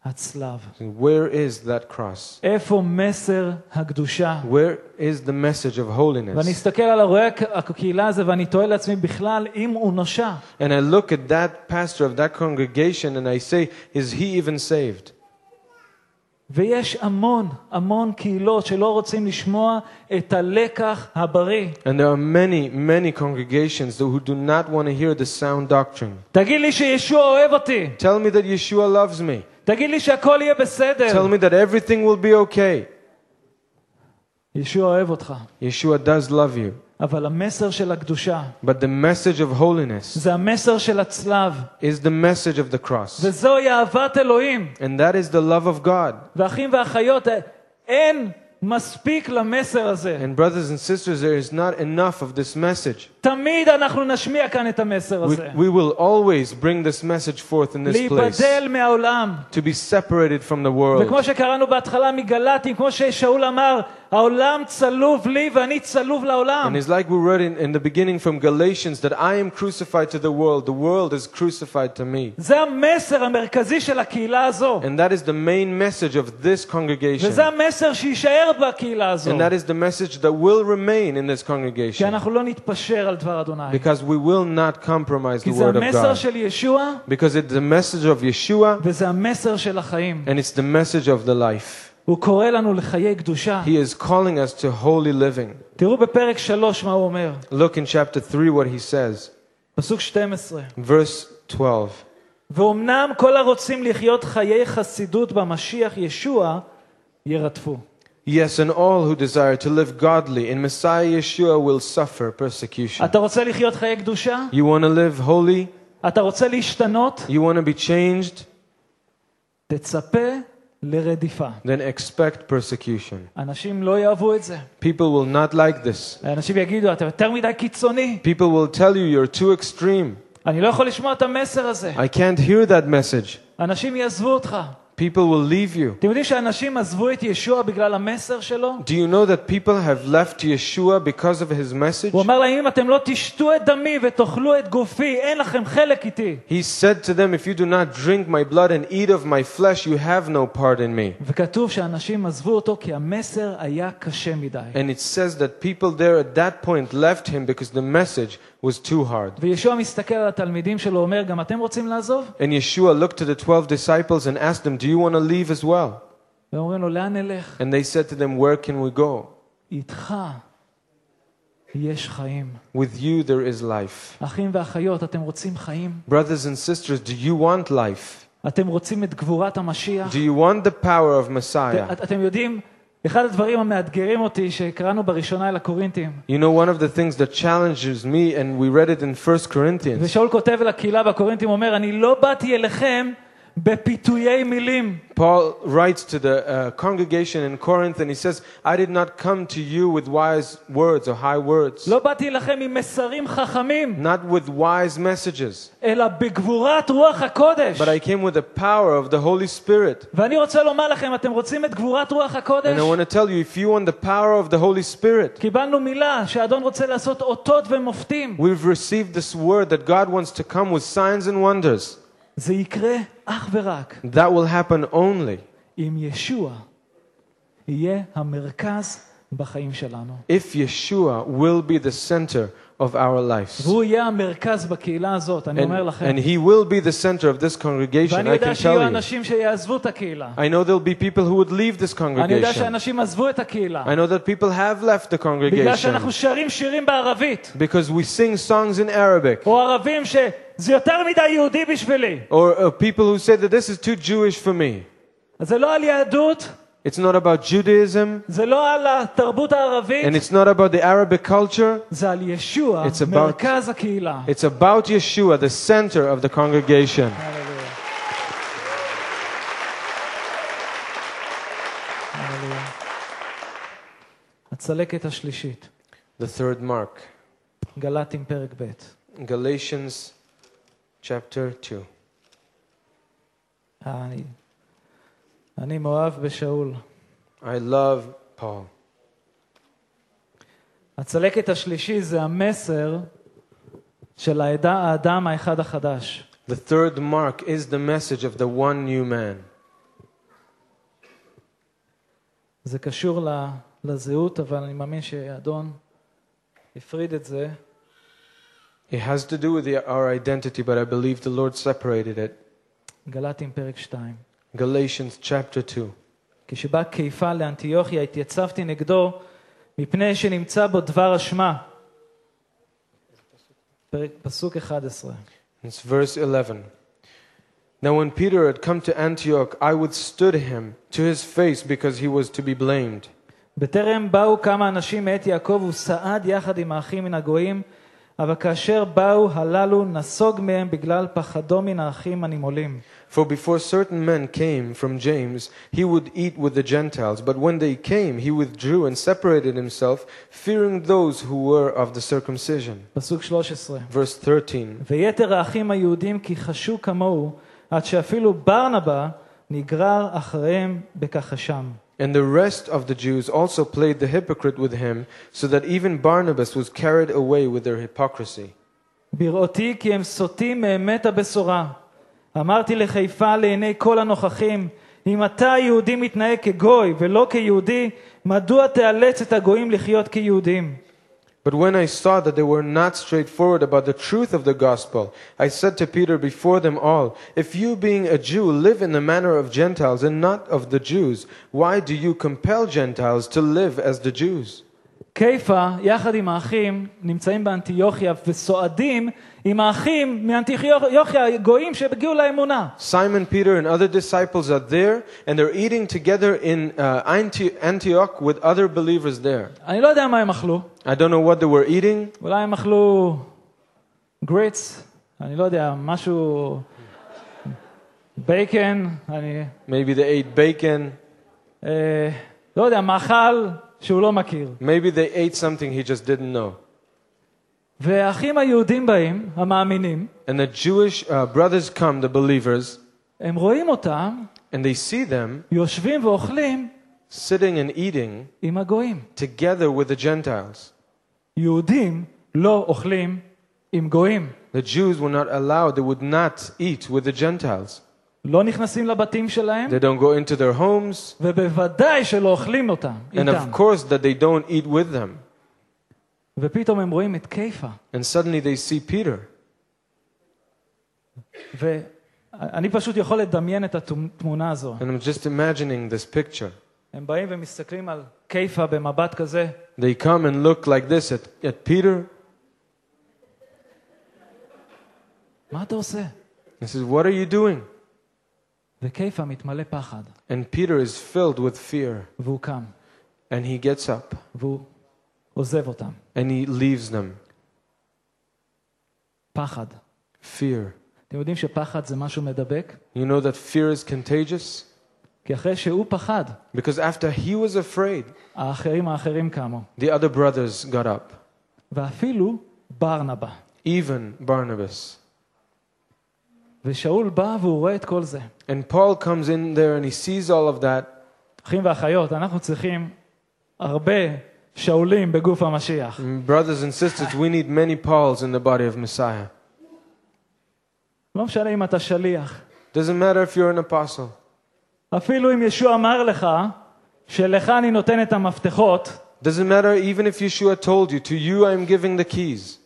A: הצלב?
B: Where is that cross?
A: איפה מסר הקדושה?
B: Where is the message of
A: ואני
B: holiness?
A: אסתכל על הרואה הק- הקהילה הזה ואני תוהה לעצמי בכלל אם הוא נושע.
B: And I look at that pastor of that congregation and I say, Is he even saved?
A: ויש המון, המון קהילות שלא רוצים לשמוע את הלקח הבריא.
B: And there are many, many congregations who do not want to hear the sound doctrine.
A: תגיד לי שישוע אוהב אותי.
B: Tell me that Yeshua loves me.
A: תגיד לי שהכל יהיה
B: Tell
A: בסדר.
B: me that everything will be okay.
A: ישוע אוהב אותך.
B: Yeshua does love you.
A: אבל המסר של הקדושה
B: But the message of holiness
A: זה המסר של הצלב.
B: is the message of the cross.
A: וזוהי אהבת אלוהים.
B: And that is the love of God.
A: ואחים ואחיות, אין מספיק למסר הזה.
B: And brothers and sisters, there is not enough of this message.
A: תמיד אנחנו נשמיע כאן את המסר
B: We,
A: הזה.
B: we will always bring this message forth in this place.
A: להיבדל מהעולם.
B: To be separated from the world.
A: וכמו שקראנו בהתחלה מגלטים, כמו ששאול אמר, העולם צלוב לי ואני צלוב לעולם.
B: And it's like we read in, in the beginning from Galatians that I am crucified to the world, the world is crucified to me.
A: זה המסר המרכזי של הקהילה הזו.
B: And that is the main message of this congregation.
A: וזה המסר שיישאר בקהילה הזו.
B: And that is the message that will remain in this
A: כי
B: congregation.
A: אנחנו לא נתפשר על דבר אדוני.
B: Because we will not compromise the
A: כי זה
B: word of
A: המסר
B: God.
A: של ישוע,
B: Because it's the message of Yeshua
A: וזה המסר של החיים.
B: and it's the message of the life.
A: הוא קורא לנו לחיי קדושה.
B: He is calling us to holy living.
A: תראו בפרק 3 מה הוא אומר,
B: Look in chapter 3 what he says.
A: פסוק 12.
B: Verse 12.
A: ואומנם כל הרוצים לחיות חיי חסידות במשיח ישוע, ירדפו.
B: Yes, and all who desire to live godly in Messiah Yeshua will suffer persecution.
A: אתה רוצה לחיות חיי קדושה?
B: You want to live holy?
A: אתה רוצה להשתנות?
B: You want to be changed?
A: תצפה לרדיפה.
B: Then expect persecution.
A: אנשים לא יאהבו את זה.
B: People will not like this.
A: אנשים יגידו, אתה יותר מדי קיצוני,
B: People will tell you you're too extreme.
A: אני לא יכול לשמוע את המסר הזה.
B: I can't hear that message.
A: אנשים יעזבו אותך.
B: People will leave you.
A: אתם יודעים שאנשים עזבו את ישוע בגלל המסר שלו?
B: Do you know that people have left Yeshua because of his message?
A: הוא אומר להם, אם אתם לא תשתו את דמי ותאכלו את גופי, אין לכם חלק איתי.
B: He said to them, If you do not drink my blood and eat of my flesh, you have no part in me.
A: וכתוב שאנשים עזבו אותו כי המסר היה קשה מדי.
B: And it says that people there at that point left him because the message was too hard.
A: וישוע מסתכל על התלמידים שלו, אומר, גם אתם רוצים לעזוב?
B: And Yeshua looked to the twelve disciples and asked them, Do you want to leave as well?
A: והם אומרים לו, לאן נלך?
B: And they said to them, Where can we go?
A: איתך יש חיים.
B: With you there is life.
A: אחים ואחיות, אתם רוצים חיים?
B: Brothers and sisters, do you want life?
A: אתם רוצים את גבורת המשיח?
B: Do you want the power of Messiah?
A: את- אתם יודעים, אחד הדברים המאתגרים אותי שקראנו בראשונה אל הקורינתים,
B: You know, one of the things that challenges me, and we read it in 1 Corinthians,
A: ושאול כותב אל הקהילה בקורינתים, אומר, אני לא באתי אליכם בפיתויי מילים.
B: Paul writes to the uh, congregation in Corinth and he says, I did not come to you with wise words or high words,
A: לא באתי אליכם עם מסרים חכמים,
B: not with wise messages,
A: אלא בגבורת רוח הקודש.
B: but I came with the power of the Holy Spirit.
A: ואני רוצה לומר לכם, אתם רוצים את גבורת רוח הקודש?
B: And I want to tell you, if you want the power of the Holy Spirit,
A: קיבלנו מילה שהאדון רוצה לעשות אותות ומופתים.
B: we've received this word that God wants to come with signs and wonders.
A: זה יקרה אך ורק
B: That will happen only
A: אם ישוע יהיה המרכז בחיים שלנו.
B: if Yeshua will be the center of our lives.
A: והוא יהיה המרכז בקהילה הזאת, אני
B: And,
A: אומר לכם.
B: and he will be the center of this congregation,
A: ואני
B: I
A: יודע
B: can tell
A: שיהיו
B: you.
A: אנשים שיעזבו את הקהילה.
B: I know there'll be people who would leave this
A: אני יודע
B: congregation.
A: שאנשים עזבו את הקהילה.
B: I know that people have left the
A: בגלל
B: congregation
A: שאנחנו שרים שירים בערבית.
B: because we sing songs in Arabic.
A: או ערבים שזה יותר מדי יהודי בשבילי.
B: Or uh, people who say that this is too Jewish for me.
A: אז זה לא על יהדות,
B: It's not about Judaism
A: זה לא על התרבות הערבית,
B: and it's not about the Arabic culture.
A: זה על ישוע,
B: It's about-
A: מרכז הקהילה.
B: It's about Yeshua, the center of the congregation.
A: Hallelujah. Hallelujah. הצלקת השלישית,
B: The third mark,
A: גל"טים פרק ב'.
B: Galatians chapter 2.
A: אה, אני- אני מאוהב בשאול.
B: I love Paul.
A: הצלקת השלישי זה המסר של העדה, האדם האחד החדש.
B: The third mark is the message of the one new man.
A: זה קשור ל- לזהות, אבל אני מאמין שאדון הפריד את זה.
B: It has to do with the, our identity, but I believe the Lord separated it.
A: גל"טים פרק 2.
B: Galatians chapter 2.
A: כשבא קיפה לאנטיוכיה, התייצבתי נגדו מפני שנמצא בו דבר אשמה. פרק, פסוק 11.
B: It's verse 11. Now, when Peter had come to Antioch, I withstood him to his face because he was to be blamed.
A: בטרם באו כמה אנשים מאת יעקב, הוא סעד יחד עם האחים מן הגויים, אבל כאשר באו הללו, נסוג מהם בגלל פחדו מן האחים הנמעולים.
B: For before certain men came from James, he would eat with the Gentiles. But when they came, he withdrew and separated himself, fearing those who were of the circumcision.
A: פסוק 13.
B: Verse 13.
A: ויתר האחים היהודים כי חשו כמוהו, עד שאפילו ברנבה נגרר אחריהם בכחשם.
B: And the rest of the Jews also played the hypocrite with him, so that even Barnabas was carried away with their hypocrisy.
A: בראותי כי הם סוטים מאמת הבשורה. אמרתי לחיפה לעיני כל הנוכחים, אם אתה יהודי מתנהג כגוי ולא כיהודי, מדוע תאלץ את הגויים לחיות כיהודים?
B: But when I saw that they were not straightforward about the truth of the gospel, I said to Peter before them all, If you, being a Jew, live in the manner of Gentiles and not of the Jews, why do you compel Gentiles to live as the Jews?
A: קיפה, יחד עם האחים, נמצאים באנטיוכיה וסועדים עם האחים מאנטיוכיה, גויים שהגיעו לאמונה.
B: Simon Peter and other disciples are there, and they're eating together in uh, Anti- Antioch with other believers there.
A: אני לא יודע מה הם אכלו,
B: I don't know what they were eating.
A: אולי הם אכלו גריץ, אני לא יודע, משהו, בייקן, אני...
B: Maybe they ate bacon.
A: אה, לא יודע, מאכל שהוא לא מכיר.
B: Maybe they ate something he just didn't know.
A: והאחים היהודים באים, המאמינים,
B: And the Jewish uh, brothers come, the believers,
A: הם רואים אותם,
B: And they see them
A: יושבים ואוכלים
B: sitting and eating
A: עם הגויים.
B: together with the Gentiles.
A: יהודים לא אוכלים עם גויים.
B: The Jews were not allowed, they would not eat with the Gentiles.
A: לא נכנסים לבתים שלהם,
B: They don't go into their homes,
A: ובוודאי שלא אוכלים אותם,
B: and of
A: איתם.
B: course that they don't eat with them.
A: ופתאום הם רואים את קיפה.
B: And suddenly they see Peter.
A: ואני פשוט יכול לדמיין את התמונה הזו.
B: And I'm just imagining this picture.
A: הם באים ומסתכלים על קיפה במבט כזה,
B: They come and look like this at, at Peter
A: מה אתה עושה?
B: and says, What are you doing?
A: וקיפה מתמלא פחד,
B: And Peter is filled with fear.
A: והוא קם,
B: And he gets up
A: והוא עוזב אותם.
B: and he leaves them.
A: פחד.
B: Fear.
A: אתם יודעים שפחד זה משהו מדבק?
B: You know that fear is contagious?
A: כי אחרי שהוא פחד,
B: Because after he was afraid,
A: האחרים האחרים קמו.
B: the other brothers got up,
A: ואפילו ברנבה.
B: even Barnabas.
A: ושאול בא והוא רואה את כל זה.
B: And Paul comes in there and he sees all of that.
A: אחים ואחיות, אנחנו צריכים הרבה שאולים בגוף המשיח.
B: And brothers and sisters, we need many Pauls in the body of Messiah.
A: לא משנה אם אתה שליח.
B: Doesn't matter if you're an apostle.
A: אפילו אם ישוע אמר לך, שלך אני נותן את המפתחות,
B: Doesn't matter even if Yeshua told you, To you I am giving the keys,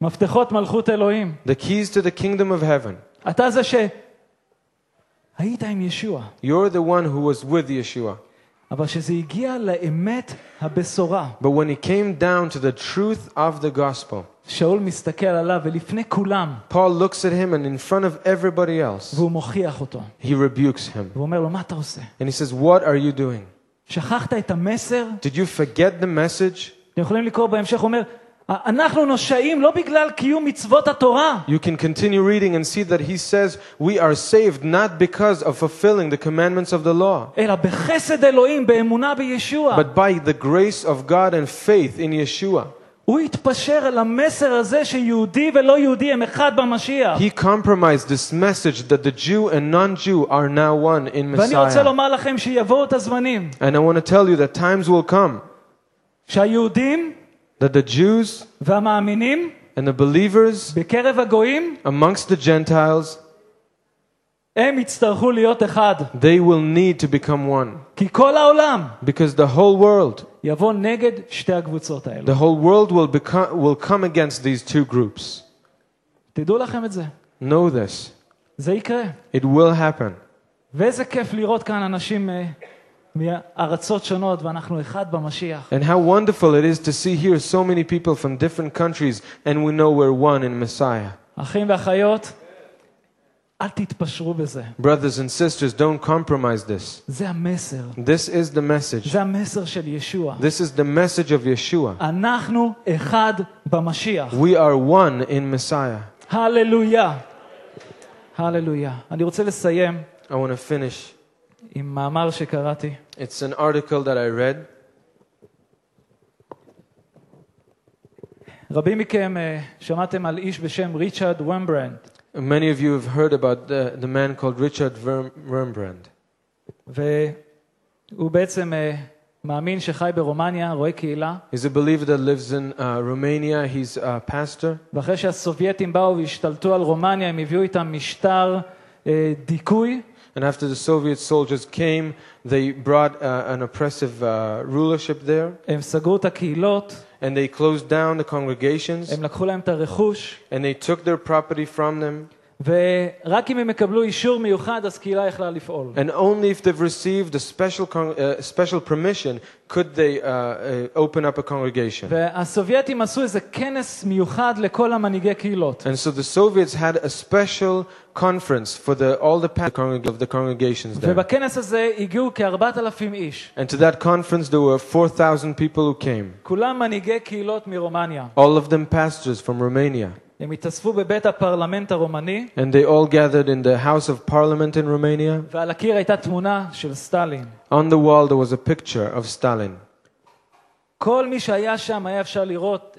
A: מפתחות מלכות אלוהים.
B: the keys to the kingdom of heaven.
A: אתה זה שהיית עם ישוע,
B: You're the one who was with Yeshua.
A: אבל שזה הגיע לאמת הבשורה,
B: But when he came down to the truth of the gospel,
A: שאול מסתכל עליו ולפני כולם,
B: Paul looks at him and in front of everybody else,
A: והוא מוכיח אותו.
B: he rebukes him.
A: והוא אומר לו, מה אתה עושה?
B: And he says, What are you doing?
A: שכחת את המסר?
B: Did you forget the message?
A: אתם יכולים לקרוא בהמשך, הוא אומר, אנחנו נושעים לא בגלל קיום מצוות התורה,
B: You can continue reading and see that he says, We are saved not because of fulfilling the commandments of the law,
A: אלא בחסד אלוהים, באמונה בישוע.
B: but by the grace of God and faith in Yeshua.
A: הוא התפשר על המסר הזה שיהודי ולא יהודי הם אחד במשיח.
B: He compromised this message that the Jew and non Jew are now one in
A: ואני רוצה
B: Messiah.
A: לומר לכם שיבואו את הזמנים
B: And I want to tell you that times will come
A: שהיהודים
B: that the Jews
A: והמאמינים
B: and the believers
A: בקרב הגויים
B: amongst the Gentiles,
A: הם יצטרכו להיות אחד,
B: they will need to become one.
A: כי כל העולם
B: Because the whole world,
A: יבוא נגד שתי הקבוצות האלו.
B: the whole world will, become, will come against these two groups.
A: תדעו לכם את זה,
B: Know this.
A: זה יקרה.
B: It will happen.
A: ואיזה כיף לראות כאן אנשים אה, מארצות שונות ואנחנו אחד במשיח.
B: And how wonderful it is to see here so many people from different countries, and we know we're one in Messiah.
A: אחים ואחיות, אל תתפשרו בזה.
B: Brothers and sisters, don't compromise this.
A: זה המסר.
B: This is the message.
A: זה המסר של ישוע.
B: This is the message of Yeshua.
A: אנחנו אחד במשיח.
B: We are one in Messiah.
A: הללויה. הללויה. אני רוצה לסיים
B: I want to finish.
A: עם מאמר שקראתי.
B: It's an article that I read.
A: רבים מכם אה, שמעתם על איש בשם ריצ'רד ומברנד,
B: Many of you have heard about the, the man called Richard Wurm- Rembrandt.
A: והוא בעצם אה, מאמין שחי ברומניה, רואה קהילה,
B: He's a believer that lives in uh, Romania. He's a pastor.
A: ואחרי שהסובייטים באו והשתלטו על רומניה, הם הביאו איתם משטר אה, דיכוי,
B: And after the Soviet soldiers came, they brought uh, an oppressive uh, rulership there.
A: הם סגרו את הקהילות,
B: And they closed down the congregations
A: הם לקחו להם את הרכוש,
B: and they took their property from them.
A: ורק אם הם יקבלו אישור מיוחד, אז קהילה יכלה לפעול.
B: And only if they've received a special, con- uh, special permission could they uh, uh, open up a congregation.
A: והסובייטים עשו איזה כנס מיוחד לכל המנהיגי קהילות.
B: And so the Soviets had a special conference for the, all the pa- congreg- of the congregations there.
A: ובכנס הזה הגיעו כ-4,000 איש,
B: And to that conference, there were 4,000 people who came,
A: כולם מנהיגי קהילות מרומניה.
B: all of them pastors from Romania.
A: הם התאספו בבית הפרלמנט הרומני,
B: And they all gathered in the House of Parliament in Romania.
A: ועל הקיר הייתה תמונה של סטלין.
B: On the wall, there was a picture of Stalin.
A: כל מי שהיה שם היה אפשר לראות,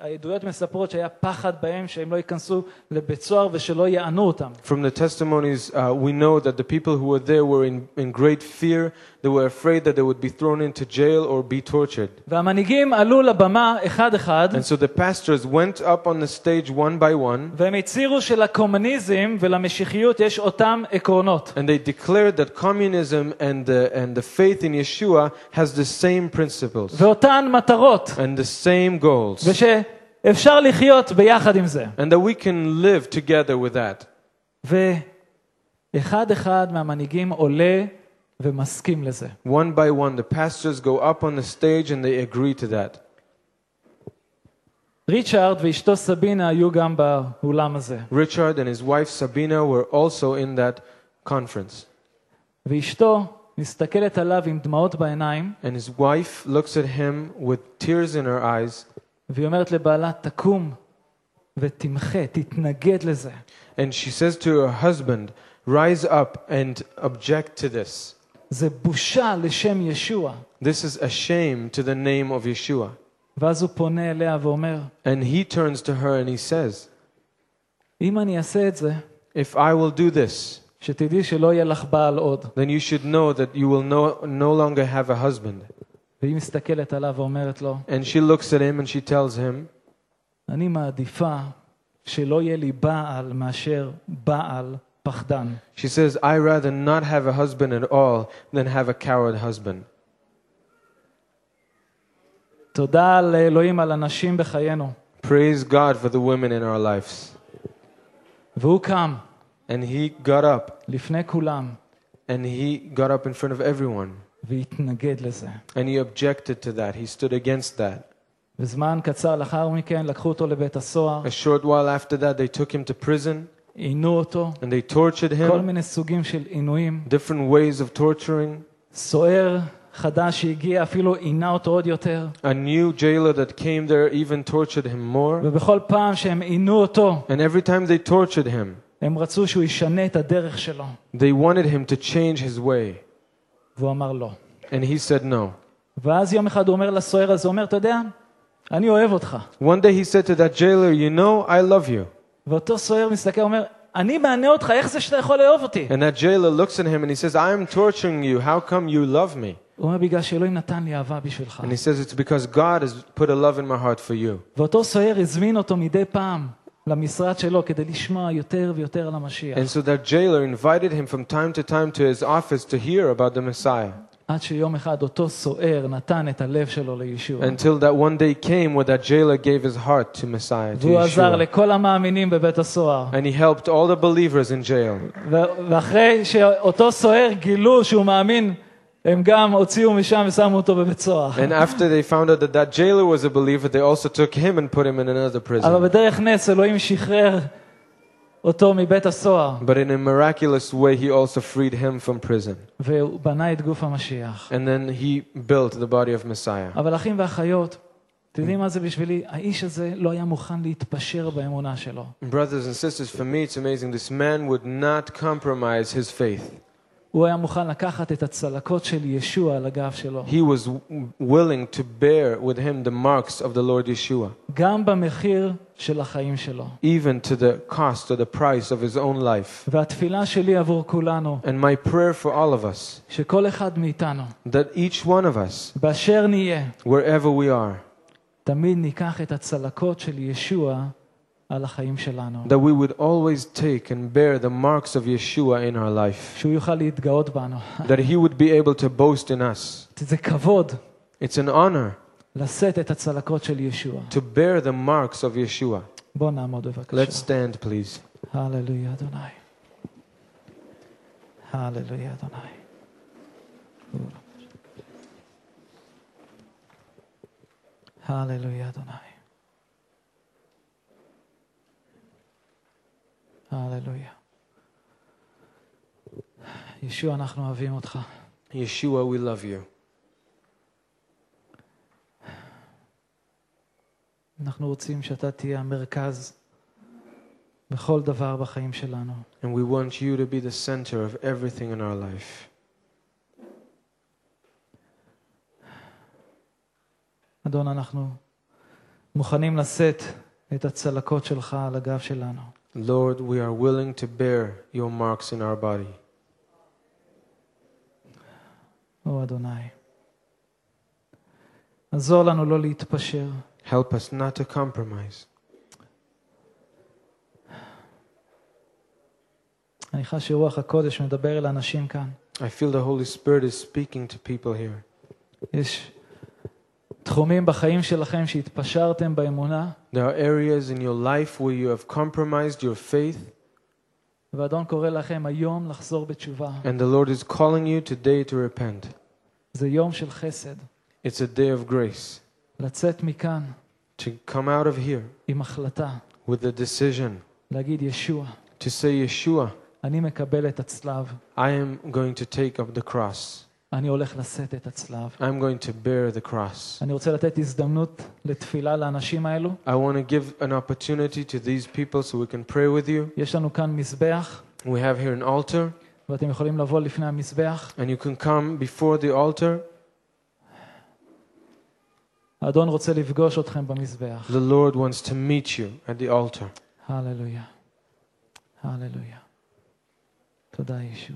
A: העדויות מספרות שהיה פחד בהם שהם לא ייכנסו לבית סוהר ושלא יענו אותם.
B: From the testimonies, uh, we know that the people who were there were in, in great fear. They were afraid that they would be thrown into jail or be tortured.
A: והמנהיגים עלו לבמה אחד-אחד,
B: And so the pastors went up on the stage one by one,
A: והם הצהירו שלקומוניזם ולמשיחיות יש אותם עקרונות.
B: and they declared that communism and the, and the faith in Yeshua has the same principles
A: ואותן מטרות,
B: and the same goals,
A: ושאפשר לחיות ביחד עם זה.
B: and that we can live together with that.
A: ואחד אחד מהמנהיגים עולה ומסכים לזה.
B: One by one, the pastors go up on the stage and they agree to that.
A: ריצ'ארד ואשתו סבינה היו גם באולם הזה,
B: Richard and his wife Sabina were also in that conference.
A: ואשתו מסתכלת עליו עם דמעות בעיניים,
B: And his wife looks at him with tears in her eyes
A: והיא אומרת לבעלה, תקום ותמחה, תתנגד לזה.
B: and she says to her husband, Rise up and object to this.
A: זה בושה לשם ישוע.
B: This is a shame to the name of Yeshua.
A: ואז הוא פונה אליה ואומר,
B: And he turns to her and he says,
A: אם אני אעשה את זה,
B: If I will do this,
A: שתדעי שלא יהיה לך בעל עוד.
B: then you should know that you will no, no longer have a husband.
A: והיא מסתכלת עליו ואומרת לו,
B: And she looks at him and she tells him,
A: אני מעדיפה שלא יהיה לי בעל מאשר בעל פחדן.
B: She says, I rather not have a husband at all than have a coward husband.
A: תודה לאלוהים על הנשים בחיינו.
B: Praise God for the women in our lives.
A: והוא קם
B: And he got up,
A: לפני כולם
B: and he got up in front of everyone,
A: והתנגד לזה.
B: and he objected to that. He stood against that.
A: וזמן קצר לאחר מכן לקחו אותו לבית הסוהר,
B: A short while after that, they took him to prison,
A: עינו אותו,
B: and they tortured
A: כל
B: him,
A: מיני סוגים של עינויים.
B: different ways of torturing.
A: סוהר חדש שהגיע אפילו עינה אותו עוד יותר,
B: A new jailer that came there even tortured him more.
A: ובכל פעם שהם עינו אותו,
B: And every time they tortured him,
A: הם רצו שהוא ישנה את הדרך שלו,
B: they wanted him to change his way.
A: והוא אמר לא.
B: And he said no.
A: ואז יום אחד הוא אומר לסוהר הזה, הוא אומר, אתה יודע, אני אוהב אותך.
B: One day he said to that jailer, You know, I love you.
A: ואותו סוהר מסתכל ואומר, אני מענה אותך, איך זה שאתה יכול לאהוב אותי?
B: And that jailer looks at him and he says, I am torturing you. How come you love me?
A: הוא אומר, בגלל שאלוהים נתן לי אהבה בשבילך.
B: And he says, It's because God has put a love in my heart for you.
A: ואותו סוהר הזמין אותו מדי פעם למשרד שלו כדי לשמוע יותר ויותר על המשיח,
B: And so that jailer invited him from time to time to his office to hear about the Messiah.
A: עד שיום אחד אותו סוהר נתן את הלב שלו לישוע.
B: Until that one day came where that jailer gave his heart to Messiah, to
A: והוא עזר
B: Yeshua.
A: לכל המאמינים בבית הסוהר.
B: And he helped all the believers in jail.
A: ו- ואחרי שאותו סוהר גילו שהוא מאמין, הם גם הוציאו משם ושמו אותו בבית סוהר.
B: And after they found out that that jailer was a believer, they also took him and put him in another
A: אבל
B: prison.
A: בדרך נס אלוהים שחרר אותו מבית הסוהר,
B: But in a miraculous way, he also freed him from prison.
A: והוא בנה את גוף המשיח.
B: And then he built the body of Messiah.
A: אבל אחים ואחיות, אתם יודעים מה זה בשבילי? האיש הזה לא היה mוכן להתפשר באמונה שלו.
B: Brothers and sisters, for me it's amazing. This man would not compromise his faith.
A: הוא היה מוכן לקחת את הצלקות של ישוע על הגב שלו.
B: He was w- willing to bear with him the marks of the Lord Yeshua,
A: גם במחיר של החיים שלו.
B: even to the cost or the price of his own life.
A: והתפילה שלי עבור כולנו,
B: And my prayer for all of us,
A: שכל אחד מאיתנו,
B: that each one of us,
A: באשר נהיה,
B: wherever we are,
A: תמיד ניקח את הצלקות של ישוע על החיים שלנו.
B: that we would always take and bear the marks of Yeshua in our life,
A: שהוא יוכל להתגאות בנו.
B: that he would be able to boast in us.
A: זה כבוד
B: It's an honor
A: לשאת את הצלקות של ישוע.
B: to bear the marks of Yeshua.
A: בואו נעמוד בבקשה.
B: Let's stand, please.
A: הללויה, אדוני. הללויה, אדוני. הללויה, אדוני. הללויה. ישוע, אנחנו אוהבים אותך.
B: Yeshua, we love you.
A: אנחנו רוצים שאתה תהיה המרכז בכל דבר בחיים שלנו.
B: And we want you to be the center of everything in our life.
A: אדון, אנחנו מוכנים לשאת את הצלקות שלך על הגב שלנו.
B: Lord, we are willing to bear your marks in our body.
A: או אדוני. עזור לנו לא להתפשר,
B: Help us not to compromise.
A: אני חש שרוח הקודש מדבר אל האנשים כאן.
B: I feel the Holy Spirit is speaking to people here.
A: יש תחומים בחיים שלכם שהתפשרתם באמונה,
B: There are areas in your life where you have compromised your faith,
A: והאדון קורא לכם היום לחזור בתשובה.
B: and the Lord is calling you today to repent.
A: זה יום של חסד,
B: It's a day of grace
A: לצאת מכאן
B: to come out of here
A: עם החלטה,
B: with a decision
A: להגיד ישוע,
B: to say, Yeshua,
A: אני מקבל את הצלב,
B: I am going to take up the cross.
A: אני הולך לשאת את הצלב.
B: I'm going to bear the cross.
A: אני רוצה לתת הזדמנות לתפילה לאנשים האלו.
B: I want to give an opportunity to these people so we can pray with you.
A: יש לנו כאן מזבח,
B: We have here an altar,
A: ואתם יכולים לבוא לפני המזבח.
B: and you can come before the altar.
A: האדון רוצה לפגוש אתכם במזבח.
B: The Lord wants to meet you at the altar.
A: הללויה. הללויה. תודה, ישוע.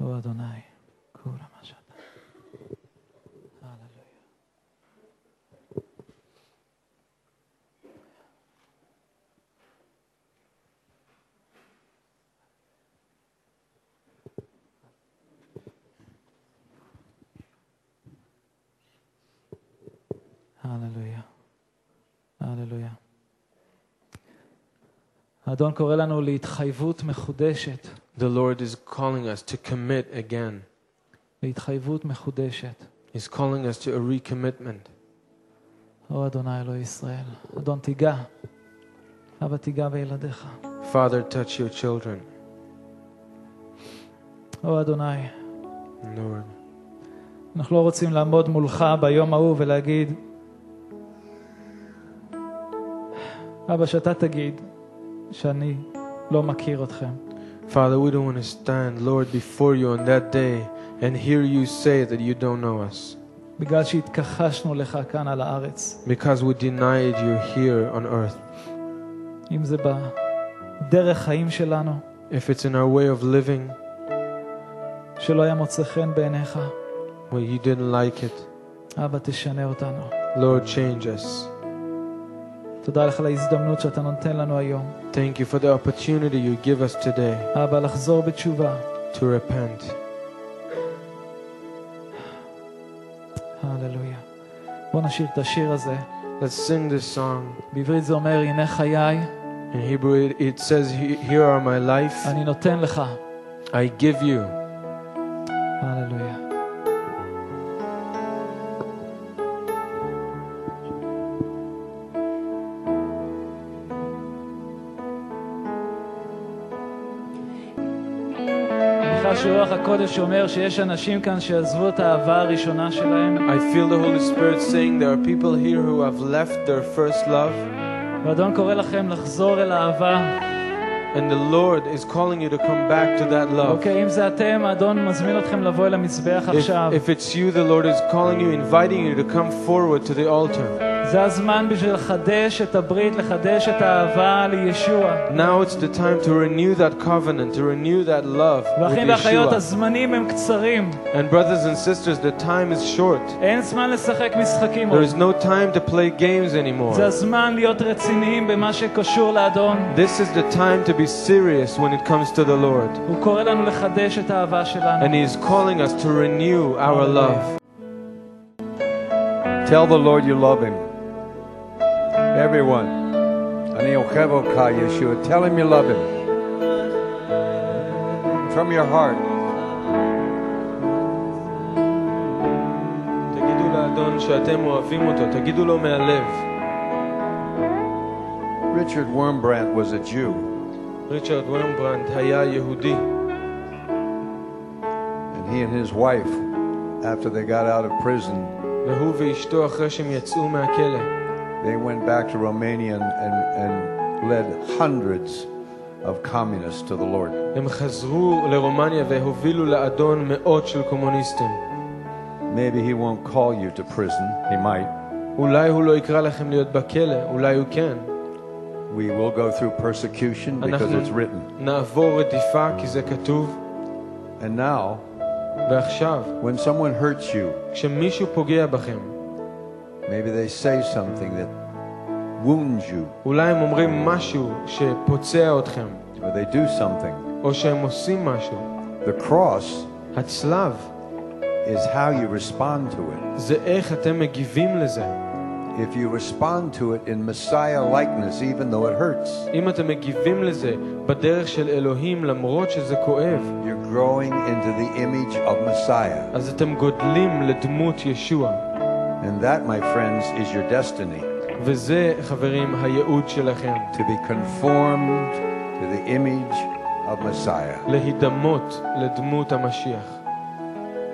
A: או אדוני, כולה מה שאתה. הללויה. הללויה. הללויה. האדון קורא לנו להתחייבות מחודשת,
B: The Lord is calling us to commit again.
A: להתחייבות מחודשת.
B: He's calling us to a recommitment.
A: או אדוני אלוהי ישראל, אדון תיגע, אבא תיגע בילדיך.
B: Father, touch your children.
A: או אדוני,
B: Lord,
A: אנחנו לא רוצים לעמוד מולך ביום ההוא ולהגיד, אבא, שאתה תגיד שאני לא מכיר אתכם.
B: Father, we don't want to stand, Lord, before you on that day and hear you say that you don't know us
A: בגלל שהתכחשנו לך כאן על הארץ,
B: because we denied you here on earth.
A: אם זה בדרך חיים שלנו,
B: If it's in our way of living
A: שלא היה מוצא חן בעיניך,
B: where you didn't like it,
A: אבא, תשנה אותנו.
B: Lord, change us.
A: תודה לך על ההזדמנות שאתה נותן לנו היום.
B: Thank you for the opportunity you give us today
A: אבא, לחזור בתשובה.
B: to repent.
A: הללויה. בוא נשיר את השיר הזה.
B: Let's sing this song.
A: בעברית זה אומר, הנה חיי,
B: In Hebrew, it, it says, "He- Here are my life,
A: אני נותן לך.
B: I give you.
A: הללויה. אני חש שרוח הקודש אומר שיש אנשים כאן שעזבו את האהבה הראשונה שלהם,
B: I feel the Holy Spirit saying there are people here who have left their first love,
A: והאדון קורא לכם לחזור אל האהבה.
B: and the Lord is calling you to come back to that love.
A: אוקיי, אם זה אתם, האדון מזמין אתכם לבוא אל המזבח
B: If,
A: עכשיו.
B: if it's you, the Lord is calling you, inviting you to come forward to the altar.
A: זה הזמן בשביל לחדש את הברית, לחדש את האהבה לישוע.
B: Now it's the time to renew that covenant, to renew that love. With
A: ואחים ואחיות,
B: Yeshua.
A: הזמנים הם קצרים.
B: And brothers and sisters, the time is short.
A: אין זמן לשחק משחקים
B: There
A: עוד.
B: is no time to play games
A: זה
B: anymore.
A: הזמן להיות רציניים במה שקשור לאדון.
B: This is the time to be serious when it comes to the Lord.
A: הוא קורא לנו לחדש את האהבה שלנו.
B: And He is calling us to renew our love.
C: Tell the Lord you love him. Everyone. אני אוהב אותך, ישוע. Tell him you love him. From your heart.
B: תגידו לאדון שאתם אוהבים אותו, תגידו לו מהלב.
C: Richard Wormbrandt was a Jew,
B: ריצ'רד וורמברנד היה יהודי,
C: and he and his wife, after they got out of prison,
B: והוא ואשתו אחרי שהם יצאו מהכלא,
C: they went back to Romania and, and, and led hundreds of communists to the Lord.
B: הם חזרו לרומניה והובילו לאדון מאות של קומוניסטים.
C: Maybe he won't call you to prison. He might.
B: אולי הוא לא יקרא לכם להיות בכלא, אולי הוא כן.
C: We will go through persecution because
B: אנחנו-
C: it's written.
B: נעבור רדיפה כי זה כתוב,
C: And now,
B: ועכשיו,
C: when someone hurts you,
B: כשמישהו פוגע בכם,
C: maybe they say something that wounds you,
B: אולי הם אומרים משהו שפוצע אתכם,
C: or they do something.
B: או שהם עושים משהו.
C: The cross
B: הצלב
C: is how you respond to it.
B: זה איך אתם מגיבים לזה.
C: If you respond to it in Messiah likeness, even though it hurts,
B: אם אתם מגיבים לזה בדרך של אלוהים למרות שזה כואב,
C: you're growing into the image of Messiah.
B: אז אתם גודלים לדמות ישוע.
C: And that, my friends, is your destiny
B: וזה, חברים, הייעוד שלכם,
C: to be conformed to the image of Messiah.
B: להידמות לדמות המשיח.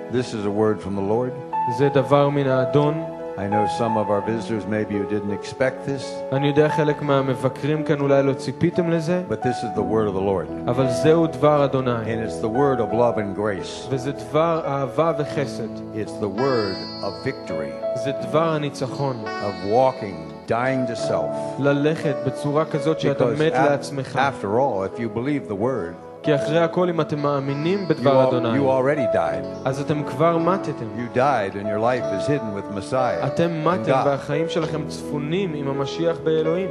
C: This is a word from the Lord.
B: זה דבר מן האדון.
C: I know some of our visitors, maybe you didn't expect this,
B: אני יודע חלק מהמבקרים כאן אולי לא ציפיתם לזה,
C: but this is the word of the Lord.
B: אבל זהו דבר אדוני,
C: And it's the word of love and grace.
B: וזה דבר אהבה וחסד.
C: It's the word of victory,
B: זה דבר הניצחון,
C: of walking, dying to self.
B: ללכת בצורה כזאת שאתה מת
C: af-
B: לעצמך.
C: after all, if you believe the word,
B: כי אחרי הכל, אם אתם מאמינים
C: you,
B: בדבר
C: al-
B: אדוני,
C: you already died.
B: אז אתם כבר מתתם.
C: You died, and your life is hidden with Messiah.
B: אתם
C: in
B: מתם,
C: God.
B: והחיים שלכם צפונים עם המשיח באלוהים.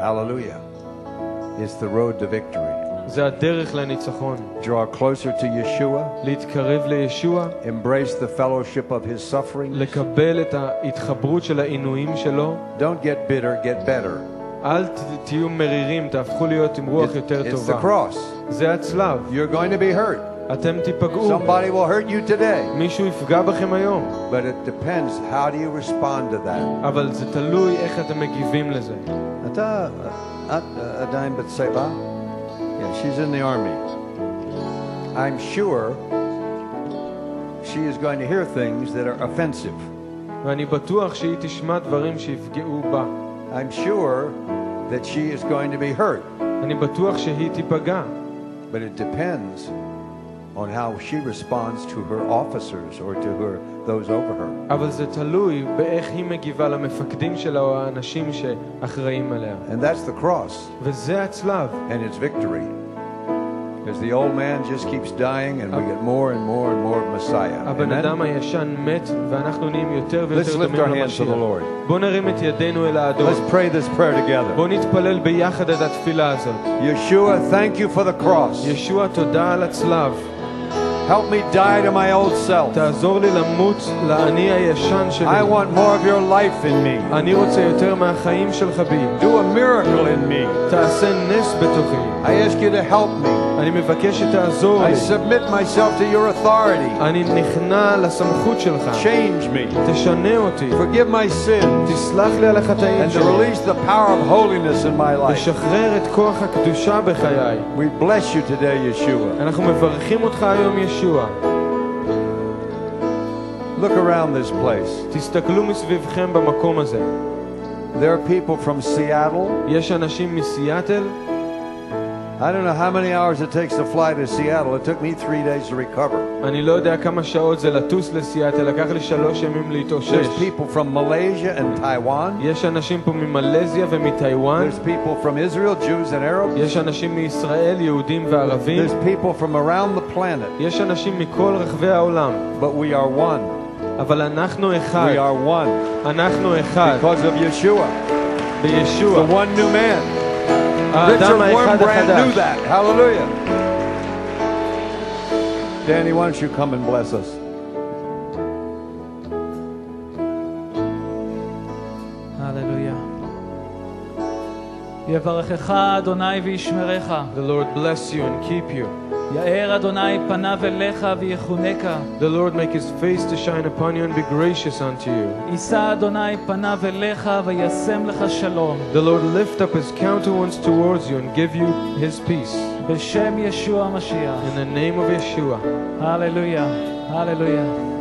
C: Hallelujah. It's the road to victory.
B: זה הדרך לניצחון.
C: Draw closer to Yeshua,
B: להתקרב לישוע,
C: embrace the fellowship of his suffering.
B: לקבל את ההתחברות של העינויים שלו.
C: Don't get bitter, get better.
B: אל ת- תהיו מרירים, תהפכו להיות עם רוח
C: It-
B: יותר
C: it's the
B: טובה.
C: cross.
B: זה הצלב.
C: You're going to be hurt.
B: אתם תיפגעו.
C: Somebody will hurt you today.
B: מישהו יפגע בכם היום.
C: But it depends how do you respond to that.
B: אבל זה תלוי איך אתם מגיבים לזה.
C: אתה את עדיין בת שבע? uh, Yeah, she's in the army. I'm sure she is going to hear things that are offensive.
B: ואני בטוח שהיא תשמע דברים שיפגעו בה.
C: I'm sure that she is going to be hurt.
B: אני בטוח שהיא תיפגע,
C: But it depends on how she responds to her officers or to her those over her.
B: אבל זה תלוי באיך היא מגיבה למפקדים שלה או האנשים שאחראים עליה.
C: And that's the cross
B: וזה הצלב.
C: and its victory. Because the old man just keeps dying and we get more and more and more of Messiah.
B: הבן
C: Amen?
B: אדם הישן מת, ואנחנו נהיים יותר ויותר
C: Let's lift
B: דומים
C: our hands
B: למשיח.
C: to the Lord.
B: בואו נרים את ידינו אל האדון.
C: Let's pray this prayer together.
B: בואו נתפלל ביחד את התפילה הזאת.
C: Yeshua, thank you for the cross.
B: ישוע, תודה על הצלב.
C: Help me die to my old self.
B: תעזור לי למות לאני הישן שלי.
C: I want more of your life in me.
B: אני רוצה יותר מהחיים שלך בי.
C: Do a miracle in me.
B: תעשה נס בתוכי.
C: I ask you to help me.
B: אני מבקש שתעזור
C: I
B: לי.
C: submit myself to your authority.
B: אני נכנע לסמכות שלך.
C: Change me.
B: תשנה אותי.
C: Forgive my sins.
B: תסלח לי על החטאים
C: and to
B: שלי.
C: release the power of holiness in my life.
B: תשחרר את כוח הקדושה בחיי.
C: We bless you today, Yeshua.
B: אנחנו מברכים אותך היום, ישוע.
C: Look around this place.
B: תסתכלו מסביבכם במקום הזה.
C: There are people from Seattle.
B: יש אנשים מסיאטל?
C: I don't know how many hours it takes to fly to Seattle. It took me three days to recover.
B: אני לא יודע כמה שעות זה לטוס לסיאטל, לקח לי שלוש ימים להתאושש.
C: There's people from Malaysia and Taiwan.
B: יש אנשים פה ממלזיה ומטיוואן.
C: There's people from Israel, Jews and Arabs.
B: יש אנשים מישראל, יהודים וערבים.
C: There's people from around the planet.
B: יש אנשים מכל רחבי העולם.
C: But we are one.
B: אבל אנחנו אחד.
C: We are one
B: אנחנו אחד.
C: because of Yeshua, the
B: בישוע.
C: one new man. Richard
B: האדם האחד
C: Wormbrand knew
B: החדש.
C: that. Hallelujah. Danny, why don't you come and bless us?
A: הללויה. יברכך אדוני וישמרך,
B: The Lord bless you and keep you.
A: יאר אדוני פניו אליך ויחונקה,
B: The Lord make his face to shine upon you and be gracious unto you.
A: יישא אדוני פניו אליך וישם לך שלום,
B: The Lord lift up his countenance towards you and give you his peace.
A: בשם ישוע המשיח.
B: In the name of Yeshua.
A: הללויה, הללויה.